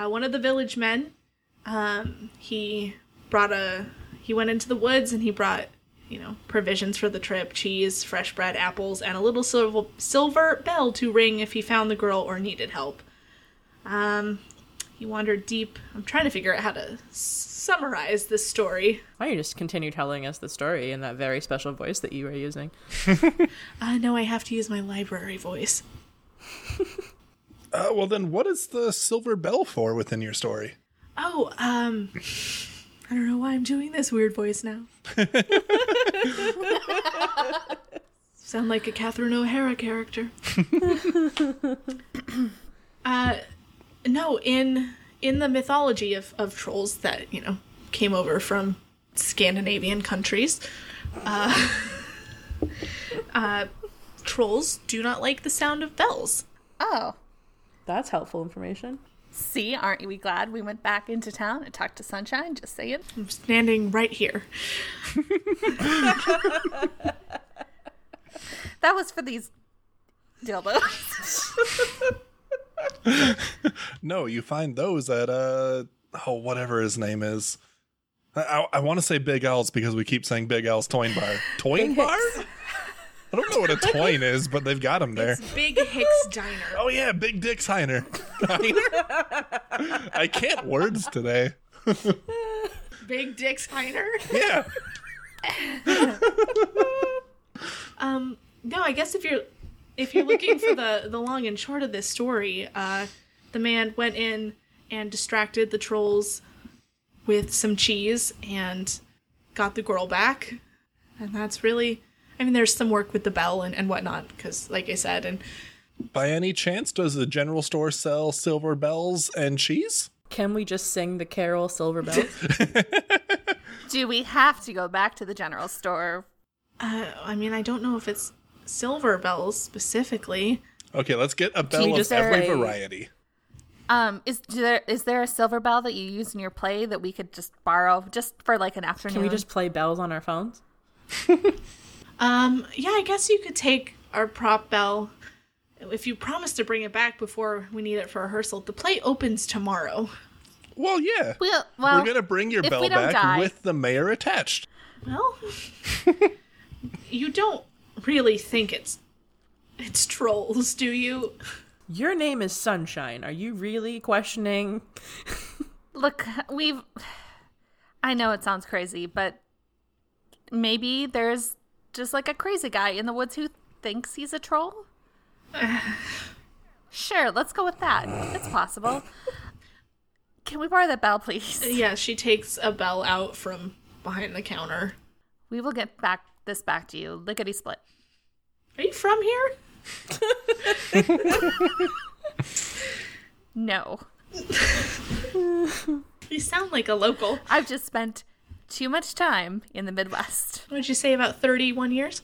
Speaker 1: uh, one of the village men, um, he brought a. He went into the woods and he brought, you know, provisions for the trip: cheese, fresh bread, apples, and a little silver silver bell to ring if he found the girl or needed help. Um, he wandered deep. I'm trying to figure out how to s- summarize this story.
Speaker 2: Why don't you just continue telling us the story in that very special voice that you were using?
Speaker 1: I know Uh, I have to use my library voice.
Speaker 4: Uh, well, then what is the silver bell for within your story?
Speaker 1: Oh, um, I don't know why I'm doing this weird voice now. Sound like a Catherine O'Hara character. uh, no, in in the mythology of, of trolls that you know came over from Scandinavian countries, uh, uh, trolls do not like the sound of bells.
Speaker 3: Oh.
Speaker 2: That's helpful information.
Speaker 3: See, aren't we glad we went back into town and talked to Sunshine? Just saying.
Speaker 1: I'm standing right here.
Speaker 3: That was for these dildos.
Speaker 4: No, you find those at uh oh whatever his name is. I I, I want to say Big Al's because we keep saying Big Al's Toyn Bar. Toyn Bar? I don't know what a Toyn is, but they've got him there.
Speaker 1: Big Hicks Diner.
Speaker 4: Oh yeah, Big Dick's Heiner. Heiner? I can't words today.
Speaker 1: Big Dick Steiner.
Speaker 4: Yeah.
Speaker 1: Um, no, I guess if you're if you're looking for the the long and short of this story, uh, the man went in and distracted the trolls with some cheese and got the girl back, and that's really. I mean, there's some work with the bell and, and whatnot, because, like I said, and
Speaker 4: By any chance, does the general store sell silver bells and cheese?
Speaker 2: Can we just sing the carol Silver Bells?
Speaker 3: Do we have to go back to the general store?
Speaker 1: uh, I mean, I don't know if it's silver bells specifically.
Speaker 4: Okay, let's get a bell of
Speaker 2: just
Speaker 4: every
Speaker 2: say-
Speaker 4: variety.
Speaker 3: Um, is do there is there a silver bell that you use in your play that we could just borrow just for like an afternoon?
Speaker 2: Can we just play bells on our phones?
Speaker 1: Um, yeah, I guess you could take our prop bell. If you promise to bring it back before we need it for rehearsal, the play opens tomorrow.
Speaker 4: Well, yeah.
Speaker 3: We'll, well,
Speaker 4: We're gonna bring your
Speaker 3: if
Speaker 4: bell
Speaker 3: we don't
Speaker 4: back
Speaker 3: die-
Speaker 4: with the mayor attached.
Speaker 1: Well, you don't really think it's it's trolls, do you?
Speaker 2: Your name is Sunshine. Are you really questioning?
Speaker 3: look. We've. I know it sounds crazy, but maybe there's just like a crazy guy in the woods who thinks he's a troll. sure, let's go with that. It's possible. Can we borrow that bell, please?
Speaker 1: Yeah, she takes a bell out from behind the counter.
Speaker 3: We will get back this back to you, lickety split.
Speaker 1: Are you from here?
Speaker 3: No.
Speaker 1: You sound like a local.
Speaker 3: I've just spent too much time in the Midwest.
Speaker 1: What'd you say about 31 years?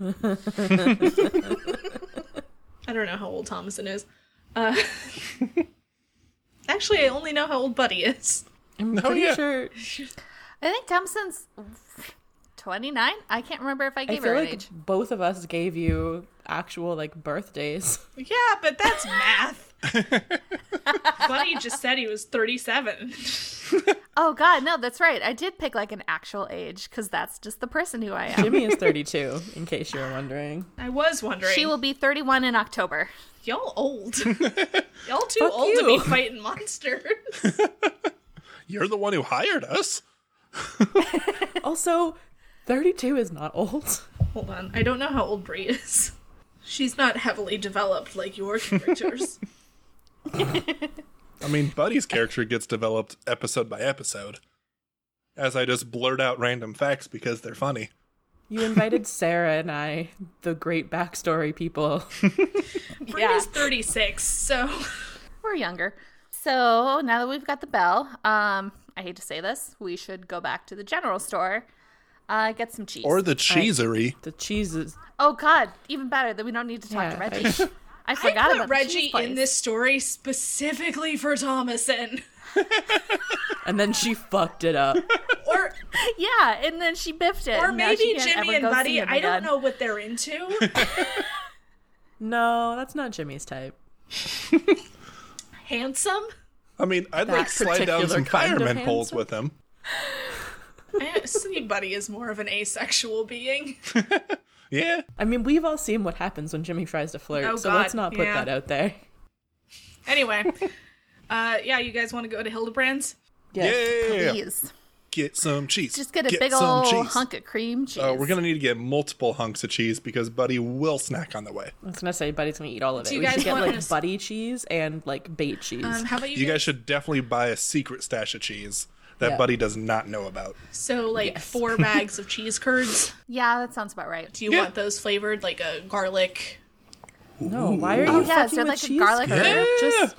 Speaker 1: I don't know how old Thomason is. Uh, actually, I only know how old Buddy is.
Speaker 2: I'm
Speaker 4: No,
Speaker 2: pretty
Speaker 4: yeah.
Speaker 2: sure.
Speaker 3: I think Thompson's 29. I can't remember if I
Speaker 2: I
Speaker 3: gave
Speaker 2: feel
Speaker 3: her an
Speaker 2: like
Speaker 3: age.
Speaker 2: both of us gave you actual like birthdays.
Speaker 1: Yeah, but that's math. Buddy just said he was 37.
Speaker 3: Oh, God, no, that's right. I did pick like an actual age because that's just the person who I am.
Speaker 2: Jimmy is 32, in case you were wondering.
Speaker 1: I was wondering.
Speaker 3: she will be 31 in October.
Speaker 1: Y'all old. Y'all too
Speaker 2: Fuck
Speaker 1: old to be
Speaker 2: you.
Speaker 1: fighting monsters.
Speaker 4: You're the one who hired us.
Speaker 2: Also, 32 is not old.
Speaker 1: Hold on. I don't know how old Bree is. She's not heavily developed like your characters.
Speaker 4: I mean, Buddy's character gets developed episode by episode. As I just blurt out random facts because they're funny.
Speaker 2: You invited Sarah and I, the great backstory people.
Speaker 1: Bree is 36, so.
Speaker 3: We're younger. So now that we've got the bell, um, I hate to say this, we should go back to the general store, uh, get some cheese.
Speaker 4: Or the cheesery.
Speaker 2: The cheese is
Speaker 3: oh, God, even better that we don't need to talk to
Speaker 2: Yeah, I-
Speaker 3: Reggie. I, I
Speaker 1: I
Speaker 3: forgot
Speaker 1: put
Speaker 3: about the cheese
Speaker 1: Reggie
Speaker 3: place.
Speaker 1: in this story specifically for Thomason.
Speaker 2: And then she fucked it up.
Speaker 1: Or
Speaker 3: Yeah, and then she biffed it.
Speaker 1: or
Speaker 3: and now she
Speaker 1: maybe
Speaker 3: can't
Speaker 1: Jimmy
Speaker 3: ever
Speaker 1: and
Speaker 3: go see
Speaker 1: Buddy.
Speaker 3: him
Speaker 1: I don't
Speaker 3: again.
Speaker 1: know what they're into.
Speaker 2: No, that's not Jimmy's type.
Speaker 1: Handsome?
Speaker 4: I mean, I'd like
Speaker 2: That
Speaker 4: slide down
Speaker 2: particular
Speaker 4: some
Speaker 2: kind of
Speaker 4: fireman poles
Speaker 2: handsome.
Speaker 4: with him.
Speaker 1: I see Buddy is more of an asexual being.
Speaker 4: Yeah.
Speaker 2: I mean, we've all seen what happens when Jimmy tries to flirt,
Speaker 1: Oh,
Speaker 2: so
Speaker 1: God,
Speaker 2: let's not put
Speaker 1: yeah.
Speaker 2: that out there.
Speaker 1: Anyway, uh, yeah, you guys want to go to Hildebrand's?
Speaker 2: Yes.
Speaker 4: Yeah.
Speaker 3: Please.
Speaker 4: Get some cheese.
Speaker 3: Just get a big
Speaker 4: some
Speaker 3: old
Speaker 4: cheese.
Speaker 3: hunk of cream cheese.
Speaker 1: Oh,
Speaker 4: Uh, we're gonna need to get multiple hunks of cheese because Buddy will snack on the way.
Speaker 2: I was gonna say Buddy's gonna eat all of it.
Speaker 1: you
Speaker 2: we
Speaker 1: guys
Speaker 2: should get
Speaker 1: want
Speaker 2: like
Speaker 1: us-
Speaker 2: buddy cheese and like bait cheese.
Speaker 1: Um, how about you?
Speaker 4: You guys should definitely buy a secret stash of cheese that
Speaker 2: Yeah.
Speaker 4: Buddy does not know about.
Speaker 1: So, like, four bags of cheese curds.
Speaker 3: Yeah, that sounds about right.
Speaker 1: Do you
Speaker 4: Yeah.
Speaker 1: want those flavored, like a garlic?
Speaker 2: no, why are you
Speaker 3: Oh,
Speaker 2: fucking
Speaker 3: yeah, is there
Speaker 2: with
Speaker 3: like a
Speaker 2: cheese
Speaker 3: garlic
Speaker 2: curd?
Speaker 3: herb?
Speaker 2: Just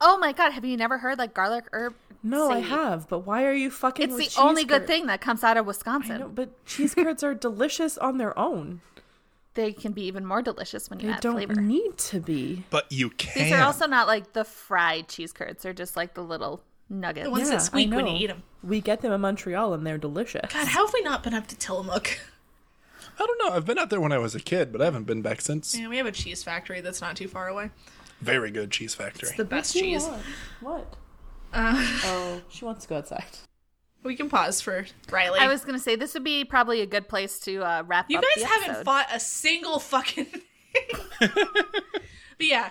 Speaker 3: Oh my god, have you never heard like garlic herb?
Speaker 2: no, I
Speaker 3: See,
Speaker 2: have. But why are you fucking?
Speaker 3: It's
Speaker 2: with
Speaker 3: the
Speaker 2: cheese
Speaker 3: only good
Speaker 2: curd?
Speaker 3: thing that comes out of
Speaker 2: I know,
Speaker 3: Wisconsin.
Speaker 2: but cheese curds are delicious on their own.
Speaker 3: They can be even more delicious when you
Speaker 2: They
Speaker 3: add
Speaker 2: don't
Speaker 3: flavor.
Speaker 2: need to be.
Speaker 4: But you can.
Speaker 3: These are also not like the fried cheese curds. They're just like the little nuggets.
Speaker 1: The ones
Speaker 2: Yeah,
Speaker 1: that squeak
Speaker 2: I
Speaker 1: when
Speaker 2: know.
Speaker 1: you eat them.
Speaker 2: We get them in Montreal and they're delicious.
Speaker 1: God, how have we not been up to Tillamook?
Speaker 4: I don't know. I've been out there when I was a kid, but I haven't been back since.
Speaker 1: Yeah, we have a cheese factory that's not too far away.
Speaker 4: Very good cheese factory.
Speaker 1: It's the best cheese.
Speaker 2: What?
Speaker 1: Uh,
Speaker 2: Oh, she wants to go outside.
Speaker 1: we can pause for Riley.
Speaker 3: I was gonna say this would be probably a good place to uh, wrap
Speaker 1: you
Speaker 3: up.
Speaker 1: guys
Speaker 3: the
Speaker 1: haven't
Speaker 3: episode.
Speaker 1: fought a single fucking thing. but yeah,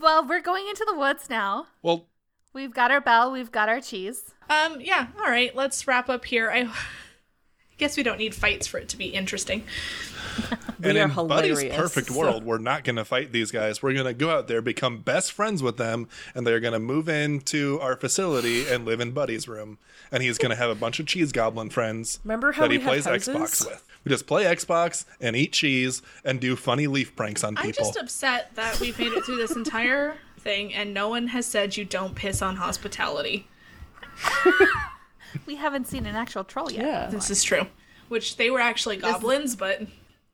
Speaker 3: Well, we're going into the woods now.
Speaker 4: well,
Speaker 3: We've got our bell. We've got our cheese.
Speaker 1: Um, yeah, all right, let's wrap up here. I guess we don't need fights for it to be interesting.
Speaker 2: We
Speaker 4: and
Speaker 2: are
Speaker 4: in Buddy's
Speaker 2: hilarious,
Speaker 4: perfect
Speaker 2: so-
Speaker 4: world, we're not going to fight these guys. We're going to go out there, become best friends with them, and they're going to move into our facility and live in Buddy's room. And he's going to have a bunch of cheese goblin friends
Speaker 2: Remember how
Speaker 4: that he
Speaker 2: we had
Speaker 4: plays
Speaker 2: houses?
Speaker 4: Xbox with. We just play Xbox and eat cheese and do funny leaf pranks on
Speaker 1: I'm
Speaker 4: people.
Speaker 1: just upset that we've made it through this entire thing and no one has said you don't piss on hospitality.
Speaker 3: We haven't seen an actual troll yet.
Speaker 2: Yeah.
Speaker 1: This is true. Which they were actually goblins, but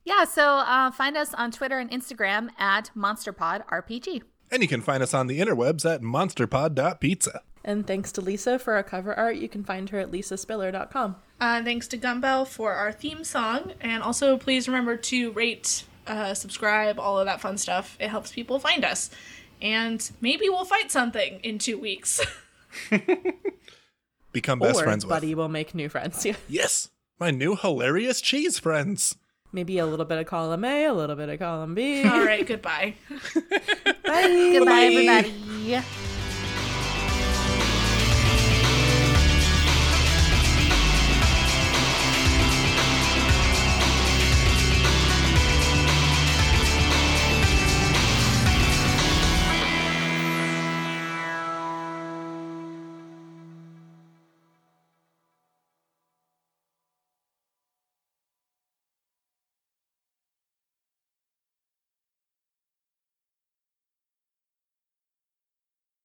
Speaker 3: Yeah, so uh, find us on Twitter and Instagram at MonsterPodRPG.
Speaker 4: and you can find us on the interwebs at monsterpod.pizza.
Speaker 2: And thanks to Lisa for our cover art. You can find her at lisaspiller.com.
Speaker 1: uh, thanks to Gumbel for our theme song. And also, please remember to rate, uh, subscribe, all of that fun stuff. It helps people find us. And maybe we'll fight something in two weeks.
Speaker 4: Become best
Speaker 2: or
Speaker 4: friends with.
Speaker 2: Buddy will make new friends. Yeah.
Speaker 4: Yes, my new hilarious cheese friends.
Speaker 2: Maybe a little bit of column A, a little bit of column B.
Speaker 1: all right, goodbye.
Speaker 3: Goodbye, everybody.